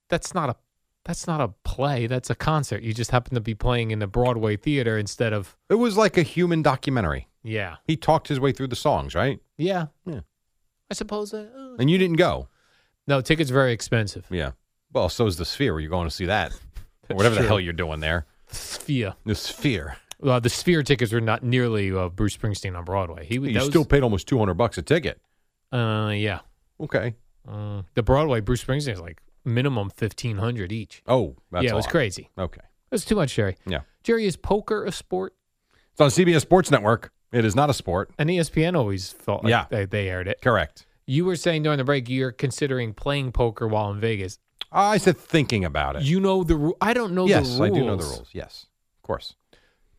[SPEAKER 2] that's not a that's not a play. That's a concert. You just happen to be playing in the Broadway theater instead of
[SPEAKER 1] It was like a human documentary.
[SPEAKER 2] yeah
[SPEAKER 1] He talked his way through the songs, right?
[SPEAKER 2] yeah.
[SPEAKER 1] Yeah.
[SPEAKER 2] I suppose that. uh,
[SPEAKER 1] And you didn't go.
[SPEAKER 2] no, tickets are very expensive.
[SPEAKER 1] Yeah. Well, so is the Sphere. Where you're going to see that, or whatever the
[SPEAKER 2] true.
[SPEAKER 1] hell you're doing there.
[SPEAKER 2] Sphere.
[SPEAKER 1] The Sphere.
[SPEAKER 2] Well, the Sphere tickets were not nearly uh, Bruce Springsteen on Broadway. He was
[SPEAKER 1] You still paid almost two hundred bucks a ticket.
[SPEAKER 2] uh yeah.
[SPEAKER 1] Okay.
[SPEAKER 2] Uh, the Broadway Bruce Springsteen is like minimum fifteen hundred each.
[SPEAKER 1] Oh, that's
[SPEAKER 2] yeah,
[SPEAKER 1] a
[SPEAKER 2] it was
[SPEAKER 1] lot.
[SPEAKER 2] crazy.
[SPEAKER 1] Okay.
[SPEAKER 2] That's too much, Jerry.
[SPEAKER 1] Yeah.
[SPEAKER 2] Jerry, is poker a sport?
[SPEAKER 1] It's on CBS Sports Network. It is not a sport.
[SPEAKER 2] And E ESPN always felt like
[SPEAKER 1] Yeah.
[SPEAKER 2] they, they aired it.
[SPEAKER 1] Correct.
[SPEAKER 2] You were saying during the break you're considering playing poker while in Vegas.
[SPEAKER 1] I said thinking about it.
[SPEAKER 2] You know the ru- I don't know
[SPEAKER 1] yes,
[SPEAKER 2] the rules.
[SPEAKER 1] I do know the rules. Yes, of course.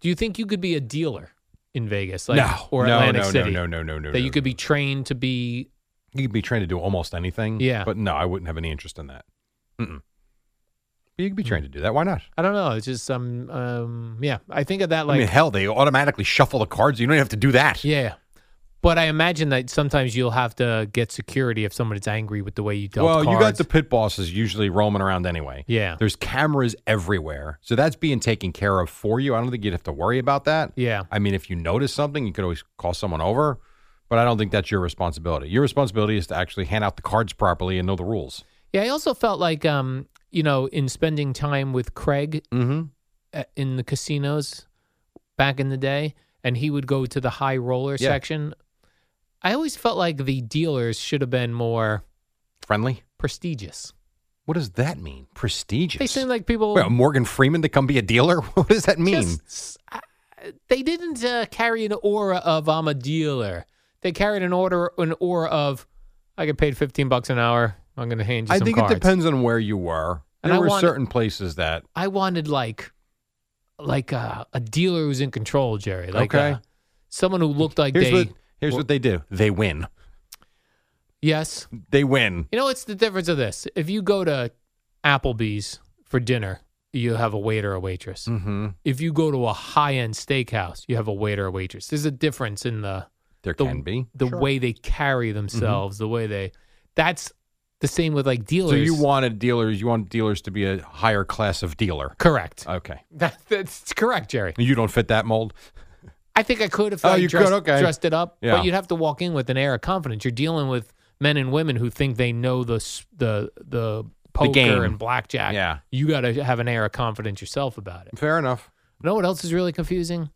[SPEAKER 2] Do you think you could be a dealer in Vegas, like
[SPEAKER 1] no,
[SPEAKER 2] or
[SPEAKER 1] no,
[SPEAKER 2] Atlantic
[SPEAKER 1] no,
[SPEAKER 2] City?
[SPEAKER 1] no, no, no, no, no.
[SPEAKER 2] that you
[SPEAKER 1] no,
[SPEAKER 2] could be trained to be
[SPEAKER 1] You could be trained to do almost anything.
[SPEAKER 2] Yeah.
[SPEAKER 1] But no, I wouldn't have any interest in that. Mm-mm. But you
[SPEAKER 2] Hmm.
[SPEAKER 1] could be trained to do that. Why not?
[SPEAKER 2] I don't know. It's just um, um yeah. I think of that like
[SPEAKER 1] I mean, hell, they automatically shuffle the cards. You don't even have to do that.
[SPEAKER 2] yeah. But I imagine that sometimes you'll have to get security if somebody's angry with the way you dealt
[SPEAKER 1] well, you got
[SPEAKER 2] cards.
[SPEAKER 1] the pit bosses usually roaming around anyway.
[SPEAKER 2] Yeah.
[SPEAKER 1] There's cameras everywhere. So that's being taken care of for you. I don't think you'd have to worry about that.
[SPEAKER 2] Yeah.
[SPEAKER 1] I mean, if you notice something, you could always call someone over, but I don't think that's your responsibility. Your responsibility is to actually hand out the cards properly and know the rules.
[SPEAKER 2] Yeah, I also felt like um, you know, in spending time with Craig a- in the casinos back in the day, and he would go to the high roller
[SPEAKER 1] Yeah.
[SPEAKER 2] section. I always felt like the dealers should have been more
[SPEAKER 1] Friendly?
[SPEAKER 2] prestigious.
[SPEAKER 1] What does that mean? Prestigious.
[SPEAKER 2] They seem like people.
[SPEAKER 1] Wait, Morgan Freeman to come be a dealer? What does that mean?
[SPEAKER 2] Just, uh, they didn't uh, carry an aura of I'm a dealer. They carried an order, an aura of I get paid fifteen bucks an hour. I'm going to hand you.
[SPEAKER 1] I
[SPEAKER 2] some
[SPEAKER 1] think
[SPEAKER 2] cards."
[SPEAKER 1] it depends on where you were.
[SPEAKER 2] And
[SPEAKER 1] there
[SPEAKER 2] I
[SPEAKER 1] were
[SPEAKER 2] want-
[SPEAKER 1] certain places that
[SPEAKER 2] I wanted like, like uh, a, a dealer who's in control, Jerry. Like
[SPEAKER 1] Okay.
[SPEAKER 2] uh, someone who looked like
[SPEAKER 1] here's
[SPEAKER 2] they.
[SPEAKER 1] what here's what they do. They win.
[SPEAKER 2] Yes.
[SPEAKER 1] They win.
[SPEAKER 2] You know what's the difference of this? If you go to Applebee's for dinner, you have a waiter or waitress.
[SPEAKER 1] Mm-hmm.
[SPEAKER 2] If you go to a high end steakhouse, you have a waiter or waitress. There's a difference in the
[SPEAKER 1] There
[SPEAKER 2] the,
[SPEAKER 1] can be.
[SPEAKER 2] the way they carry themselves, the way they. That's the same with like dealers.
[SPEAKER 1] So you wanted dealers. You want dealers to be a higher class of dealer.
[SPEAKER 2] correct?
[SPEAKER 1] Okay.
[SPEAKER 2] That, that's correct, Jerry.
[SPEAKER 1] You don't fit that mold.
[SPEAKER 2] I think I could if
[SPEAKER 1] Oh,
[SPEAKER 2] I
[SPEAKER 1] you
[SPEAKER 2] dressed,
[SPEAKER 1] could, okay.
[SPEAKER 2] dressed it up,
[SPEAKER 1] Yeah.
[SPEAKER 2] but you'd have to walk in with an air of confidence. You're dealing with men and women who think they know the s- the the poker
[SPEAKER 1] game.
[SPEAKER 2] and blackjack.
[SPEAKER 1] Yeah.
[SPEAKER 2] you got to have an air of confidence yourself about it.
[SPEAKER 1] Fair enough.
[SPEAKER 2] You know what else is really confusing?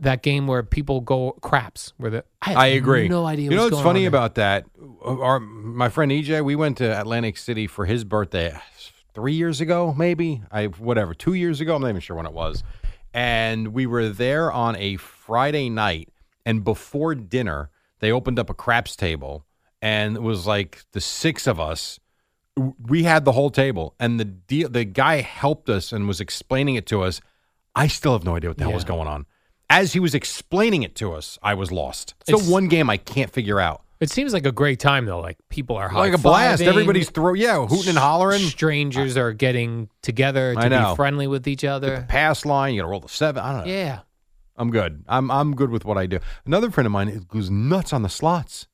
[SPEAKER 2] That game where people go craps, where the I, have
[SPEAKER 1] I agree.
[SPEAKER 2] No idea.
[SPEAKER 1] You know
[SPEAKER 2] what's
[SPEAKER 1] what's
[SPEAKER 2] going on
[SPEAKER 1] funny
[SPEAKER 2] there.
[SPEAKER 1] about that? Our my friend EJ, we went to Atlantic City for his birthday three years ago, maybe I whatever two years ago. I'm not even sure when it was. And we were there on a Friday night, and before dinner, they opened up a craps table, and it was like the six of us. w- We had the whole table, and the deal, the guy helped us and was explaining it to us. I still have no idea what the hell was going on. As he was explaining it to us, I was lost. So
[SPEAKER 2] It's-
[SPEAKER 1] one game I can't figure out.
[SPEAKER 2] It seems like a great time though. Like people are
[SPEAKER 1] Like a blast.
[SPEAKER 2] high-fiving.
[SPEAKER 1] Everybody's throw yeah, hooting and hollering.
[SPEAKER 2] Strangers are getting together
[SPEAKER 1] I
[SPEAKER 2] to
[SPEAKER 1] know.
[SPEAKER 2] be friendly with each other.
[SPEAKER 1] Pass line, you gotta roll the seven. I don't know.
[SPEAKER 2] Yeah.
[SPEAKER 1] I'm good. I'm I'm good with what I do. Another friend of mine goes nuts on the slots.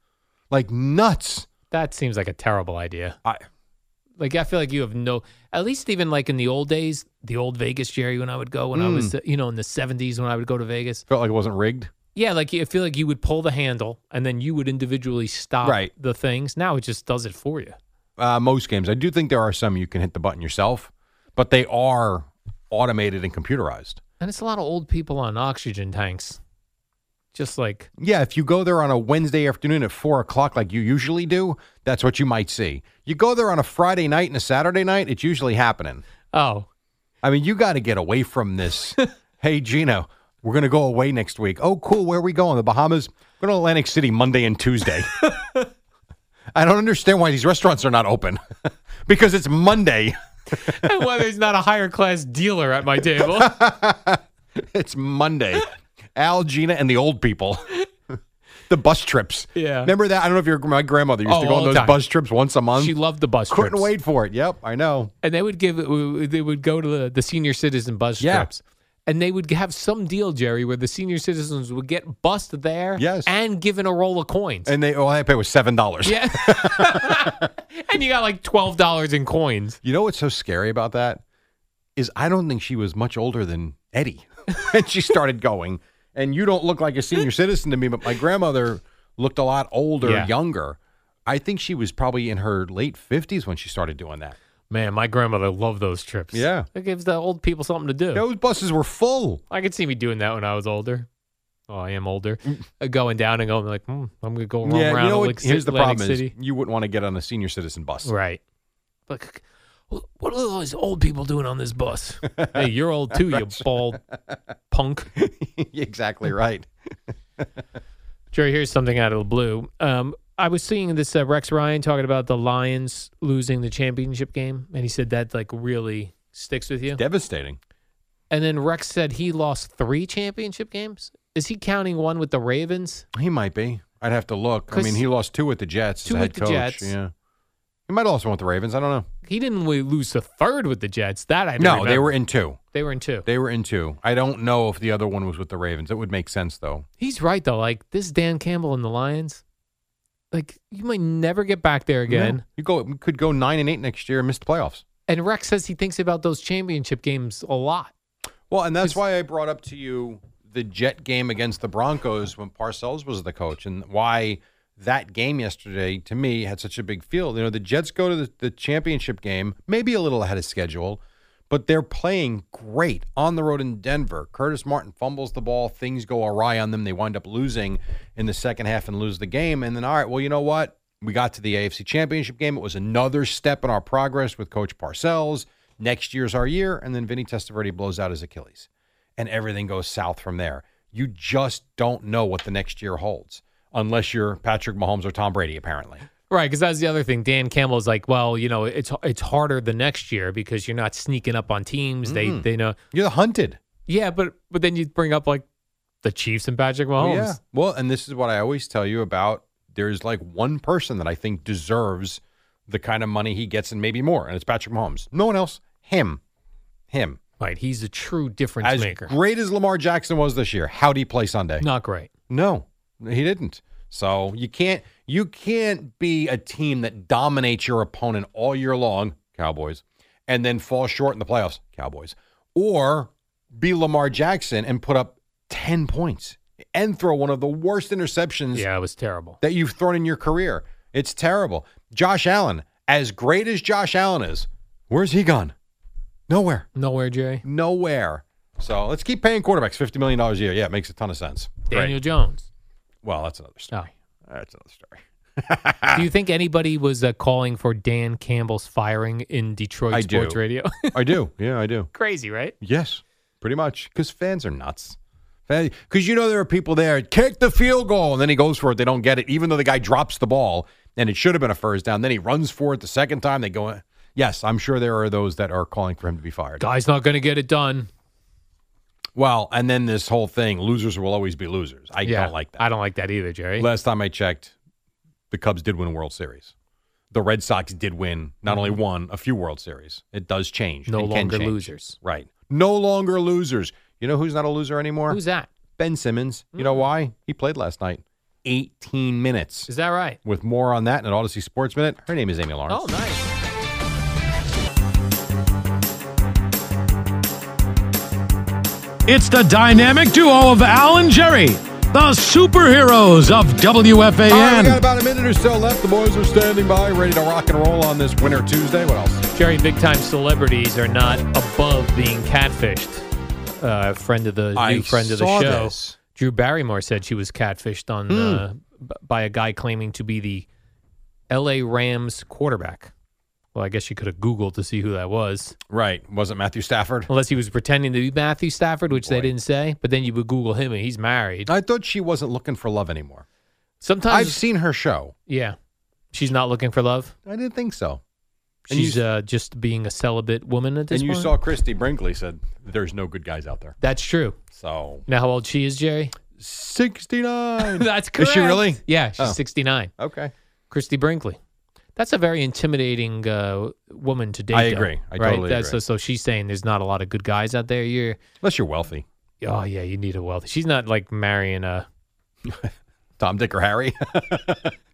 [SPEAKER 1] Like nuts.
[SPEAKER 2] That seems like a terrible idea.
[SPEAKER 1] I
[SPEAKER 2] Like I feel like you have no. At least even like in the old days, the old Vegas Jerry when I would go when I
[SPEAKER 1] Hmm.
[SPEAKER 2] was you know in the seventies when I would go to Vegas.
[SPEAKER 1] felt like it wasn't rigged.
[SPEAKER 2] Yeah, like I feel like you would pull the handle and then you would individually stop
[SPEAKER 1] Right.
[SPEAKER 2] the things. Now it just does it for you.
[SPEAKER 1] Uh, most games. I do think there are some you can hit the button yourself, but they are automated and computerized.
[SPEAKER 2] And it's a lot of old people on oxygen tanks. Just like
[SPEAKER 1] Yeah, if you go there on a Wednesday afternoon at four o'clock, like you usually do, that's what you might see. You go there on a Friday night and a Saturday night, it's usually happening.
[SPEAKER 2] oh
[SPEAKER 1] I mean, you got to get away from this. hey, Gino, we're going to go away next week. Oh, cool. Where are we going? The Bahamas? We're going to Atlantic City Monday and Tuesday. I don't understand why these restaurants are not open because it's Monday.
[SPEAKER 2] and why there's not a higher class dealer at my table.
[SPEAKER 1] It's Monday. Al, Gina, and the old people. the bus trips.
[SPEAKER 2] Yeah.
[SPEAKER 1] Remember that? I don't know if your my grandmother used
[SPEAKER 2] Oh,
[SPEAKER 1] to go
[SPEAKER 2] all
[SPEAKER 1] on
[SPEAKER 2] the
[SPEAKER 1] those
[SPEAKER 2] time.
[SPEAKER 1] bus trips once a month.
[SPEAKER 2] she loved the bus
[SPEAKER 1] Couldn't
[SPEAKER 2] trips.
[SPEAKER 1] wait for it. Yep, I know.
[SPEAKER 2] and they would give they would go to the, the senior citizen bus
[SPEAKER 1] Yeah.
[SPEAKER 2] trips and they would have some deal jerry where the senior citizens would get bussed there
[SPEAKER 1] Yes.
[SPEAKER 2] and given a roll of coins
[SPEAKER 1] And they all I had to pay was seven dollars.
[SPEAKER 2] yeah and you got like $12 in coins
[SPEAKER 1] You know what's so scary about that is I don't think she was much older than Eddie when she started going. And you don't look like a senior citizen to me, but my grandmother looked a lot older,
[SPEAKER 2] Yeah.
[SPEAKER 1] younger. I think she was probably in her late fifties when she started doing that.
[SPEAKER 2] man my grandmother loved those trips
[SPEAKER 1] Yeah.
[SPEAKER 2] it gives the old people something to do
[SPEAKER 1] Those buses were full.
[SPEAKER 2] i could see me doing that when i was older Oh, I am older. Uh, going down and going like, hmm, I'm gonna go roam around.
[SPEAKER 1] Mm. you know
[SPEAKER 2] Atlantic
[SPEAKER 1] what? Here's the problem:
[SPEAKER 2] Atlantic City.
[SPEAKER 1] is you wouldn't want to get on a senior citizen bus.
[SPEAKER 2] Right. Like, what are all these old people doing on this bus? hey, you're old too, you bald punk.
[SPEAKER 1] exactly right.
[SPEAKER 2] Jerry, here's something out of the blue. Um, I was seeing this uh, Rex Ryan talking about the Lions losing the championship game, and he said that like really sticks with you.
[SPEAKER 1] Devastating.
[SPEAKER 2] And then Rex said he lost three championship games. Is he counting one with the Ravens?
[SPEAKER 1] He might be. I'd have to look. I
[SPEAKER 2] 'Cause
[SPEAKER 1] mean, he lost two with the Jets. as
[SPEAKER 2] two
[SPEAKER 1] a head
[SPEAKER 2] with the
[SPEAKER 1] coach.
[SPEAKER 2] Jets.
[SPEAKER 1] Yeah. He might also want the Ravens. I don't know.
[SPEAKER 2] He didn't really lose the third with the Jets. That I do
[SPEAKER 1] no, they
[SPEAKER 2] remember.
[SPEAKER 1] were in two.
[SPEAKER 2] They were in two.
[SPEAKER 1] They were in two. I don't know if the other one was with the Ravens. It would make sense though.
[SPEAKER 2] He's right though. Like this Dan Campbell and the Lions, like you might never get back there again.
[SPEAKER 1] No. you go you could go nine and eight next year and miss the playoffs.
[SPEAKER 2] And Rex says he thinks about those championship games a lot.
[SPEAKER 1] Well, and that's why I brought up to you the Jet game against the Broncos when Parcells was the coach and why that game yesterday to me had such a big feel. You know, the Jets go to the, the championship game, maybe a little ahead of schedule, but they're playing great on the road in Denver. Curtis Martin fumbles the ball, things go awry on them. They wind up losing in the second half and lose the game. And then, all right, well, you know what? We got to the AFC Championship game. It was another step in our progress with Coach Parcells. Next year's our year. And then Vinny Testaverde blows out his Achilles and everything goes south from there. You just don't know what the next year holds unless you're Patrick Mahomes or Tom Brady, apparently.
[SPEAKER 2] Right, because that's the other thing. Dan Campbell's like, well, you know, it's it's harder the next year because you're not sneaking up on teams.
[SPEAKER 1] Mm.
[SPEAKER 2] They they know
[SPEAKER 1] You're the hunted.
[SPEAKER 2] Yeah, but but then you bring up like the Chiefs and Patrick Mahomes.
[SPEAKER 1] Oh, Yeah. Well, and this is what I always tell you about there's like one person that I think deserves the kind of money he gets and maybe more, and it's Patrick Mahomes. No one else. Him. Him.
[SPEAKER 2] Right. He's a true difference
[SPEAKER 1] As
[SPEAKER 2] maker.
[SPEAKER 1] great as Lamar Jackson was this year, how'd he play Sunday?
[SPEAKER 2] Not great.
[SPEAKER 1] No, he didn't. So you can't you can't be a team that dominates your opponent all year long, Cowboys, and then fall short in the playoffs, Cowboys, or be Lamar Jackson and put up ten points and throw one of the worst interceptions
[SPEAKER 2] Yeah, it was terrible.
[SPEAKER 1] that you've thrown in your career. It's terrible. Josh Allen, as great as Josh Allen is, where's he gone? Nowhere.
[SPEAKER 2] Nowhere, Jerry.
[SPEAKER 1] Nowhere. So let's keep paying quarterbacks fifty million dollars a year. Yeah, it makes a ton of sense.
[SPEAKER 2] Daniel Jones.
[SPEAKER 1] Well, that's another story.
[SPEAKER 2] Oh.
[SPEAKER 1] That's another story. Ah.
[SPEAKER 2] do you think anybody was uh, calling for Dan Campbell's firing in Detroit
[SPEAKER 1] I
[SPEAKER 2] sports
[SPEAKER 1] do.
[SPEAKER 2] radio?
[SPEAKER 1] I do. Yeah, I do.
[SPEAKER 2] Crazy, right?
[SPEAKER 1] Yes, pretty much. Because fans are nuts. Because you know there are people there kick the field goal and then he goes for it. They don't get it, even though the guy drops the ball and it should have been a first down. Then he runs for it the second time. They go. Yes, I'm sure there are those that are calling for him to be fired.
[SPEAKER 2] Guy's not going to get it done.
[SPEAKER 1] Well, and then this whole thing: losers will always be losers. I
[SPEAKER 2] Yeah,
[SPEAKER 1] don't like that.
[SPEAKER 2] I don't like that either, Jerry.
[SPEAKER 1] Last time I checked, the Cubs did win a World Series. The Red Sox did win not only one, a few World Series. It does change.
[SPEAKER 2] Mm-hmm. No
[SPEAKER 1] It can
[SPEAKER 2] longer
[SPEAKER 1] change.
[SPEAKER 2] losers.
[SPEAKER 1] Right. No longer losers. You know who's not a loser anymore?
[SPEAKER 2] Who's that? Mm-hmm.
[SPEAKER 1] Ben Simmons. You know why? He played last night. 18 minutes.
[SPEAKER 2] Is that right?
[SPEAKER 1] With more on that in an Odyssey Sports Minute. Her name is Amy Lawrence.
[SPEAKER 2] Oh, nice.
[SPEAKER 8] It's the dynamic duo of Al and Jerry, the superheroes of WFAN.
[SPEAKER 1] All right, we got about a minute or so left. The boys are standing by, ready to rock and roll on this winter Tuesday. What else?
[SPEAKER 2] Jerry, big time celebrities are not above being catfished. Uh, friend of the
[SPEAKER 1] I
[SPEAKER 2] new friend of the
[SPEAKER 1] saw
[SPEAKER 2] show,
[SPEAKER 1] this. Hmm.
[SPEAKER 2] Drew Barrymore said she was catfished on uh, b- by a guy claiming to be the L.A. Rams quarterback. Well, I guess she could have Googled to see who that was,
[SPEAKER 1] Right. Wasn't Matthew Stafford?
[SPEAKER 2] unless he was pretending to be Matthew Stafford, which they didn't say. But then you would Google him, and he's married.
[SPEAKER 1] I thought she wasn't looking for love anymore.
[SPEAKER 2] Sometimes,
[SPEAKER 1] I've seen her show.
[SPEAKER 2] yeah, she's not looking for love.
[SPEAKER 1] I didn't think so. And you
[SPEAKER 2] She's
[SPEAKER 1] s-
[SPEAKER 2] uh, just being a celibate woman at this
[SPEAKER 1] and you
[SPEAKER 2] point.
[SPEAKER 1] saw Christy Brinkley said, "There's no good guys out there."
[SPEAKER 2] That's true.
[SPEAKER 1] So
[SPEAKER 2] Now, how old she is, Jerry?
[SPEAKER 1] sixty nine.
[SPEAKER 2] That's
[SPEAKER 1] Is
[SPEAKER 2] correct.
[SPEAKER 1] she really?
[SPEAKER 2] Yeah, she's
[SPEAKER 1] Oh.
[SPEAKER 2] 69.
[SPEAKER 1] Okay.
[SPEAKER 2] Christy Brinkley. That's a very intimidating uh, woman to date.
[SPEAKER 1] I
[SPEAKER 2] though,
[SPEAKER 1] agree. I
[SPEAKER 2] right?
[SPEAKER 1] totally
[SPEAKER 2] That's,
[SPEAKER 1] agree.
[SPEAKER 2] So, so she's saying there's not a lot of good guys out there. You're,
[SPEAKER 1] Unless you're wealthy,
[SPEAKER 2] oh yeah, you need a wealth. She's not like marrying a.
[SPEAKER 1] Tom, Dick, or Harry.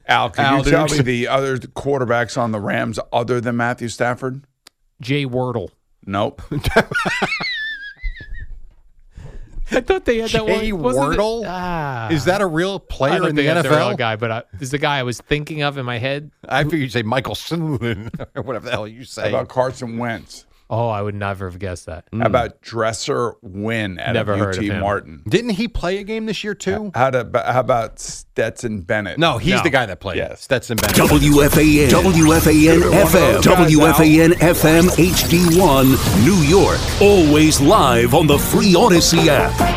[SPEAKER 10] Al, can
[SPEAKER 1] Al
[SPEAKER 10] you tell
[SPEAKER 1] Dukes.
[SPEAKER 10] me the other quarterbacks on the Rams other than Matthew Stafford?
[SPEAKER 2] Jay Wordle.
[SPEAKER 10] Nope.
[SPEAKER 2] I thought they had that
[SPEAKER 1] Jay
[SPEAKER 2] one. wasn't it-
[SPEAKER 1] Wordle?
[SPEAKER 2] Ah.
[SPEAKER 1] Is that a real
[SPEAKER 2] I
[SPEAKER 1] player
[SPEAKER 2] don't
[SPEAKER 1] in the
[SPEAKER 2] think that's a real
[SPEAKER 1] NFL?
[SPEAKER 2] guy, but I, this is the guy I was thinking of in my head.
[SPEAKER 1] I figured you'd say Michael Sutherland or whatever the hell you
[SPEAKER 10] How
[SPEAKER 1] say.
[SPEAKER 10] about Carson Wentz?
[SPEAKER 2] Oh, I would never have guessed that.
[SPEAKER 10] How about Dresser Wynn out
[SPEAKER 2] Never
[SPEAKER 10] of
[SPEAKER 2] heard
[SPEAKER 10] UT
[SPEAKER 2] of him.
[SPEAKER 10] Martin?
[SPEAKER 1] Didn't he play a game this year too?
[SPEAKER 10] How, to, how about Stetson Bennett?
[SPEAKER 1] No, he's
[SPEAKER 10] No.
[SPEAKER 1] the guy that played.
[SPEAKER 10] Yes.
[SPEAKER 1] Stetson Bennett.
[SPEAKER 6] WFAN, WFAN FM, WFAN FM HD1, New York. Always live on the Free Odyssey app.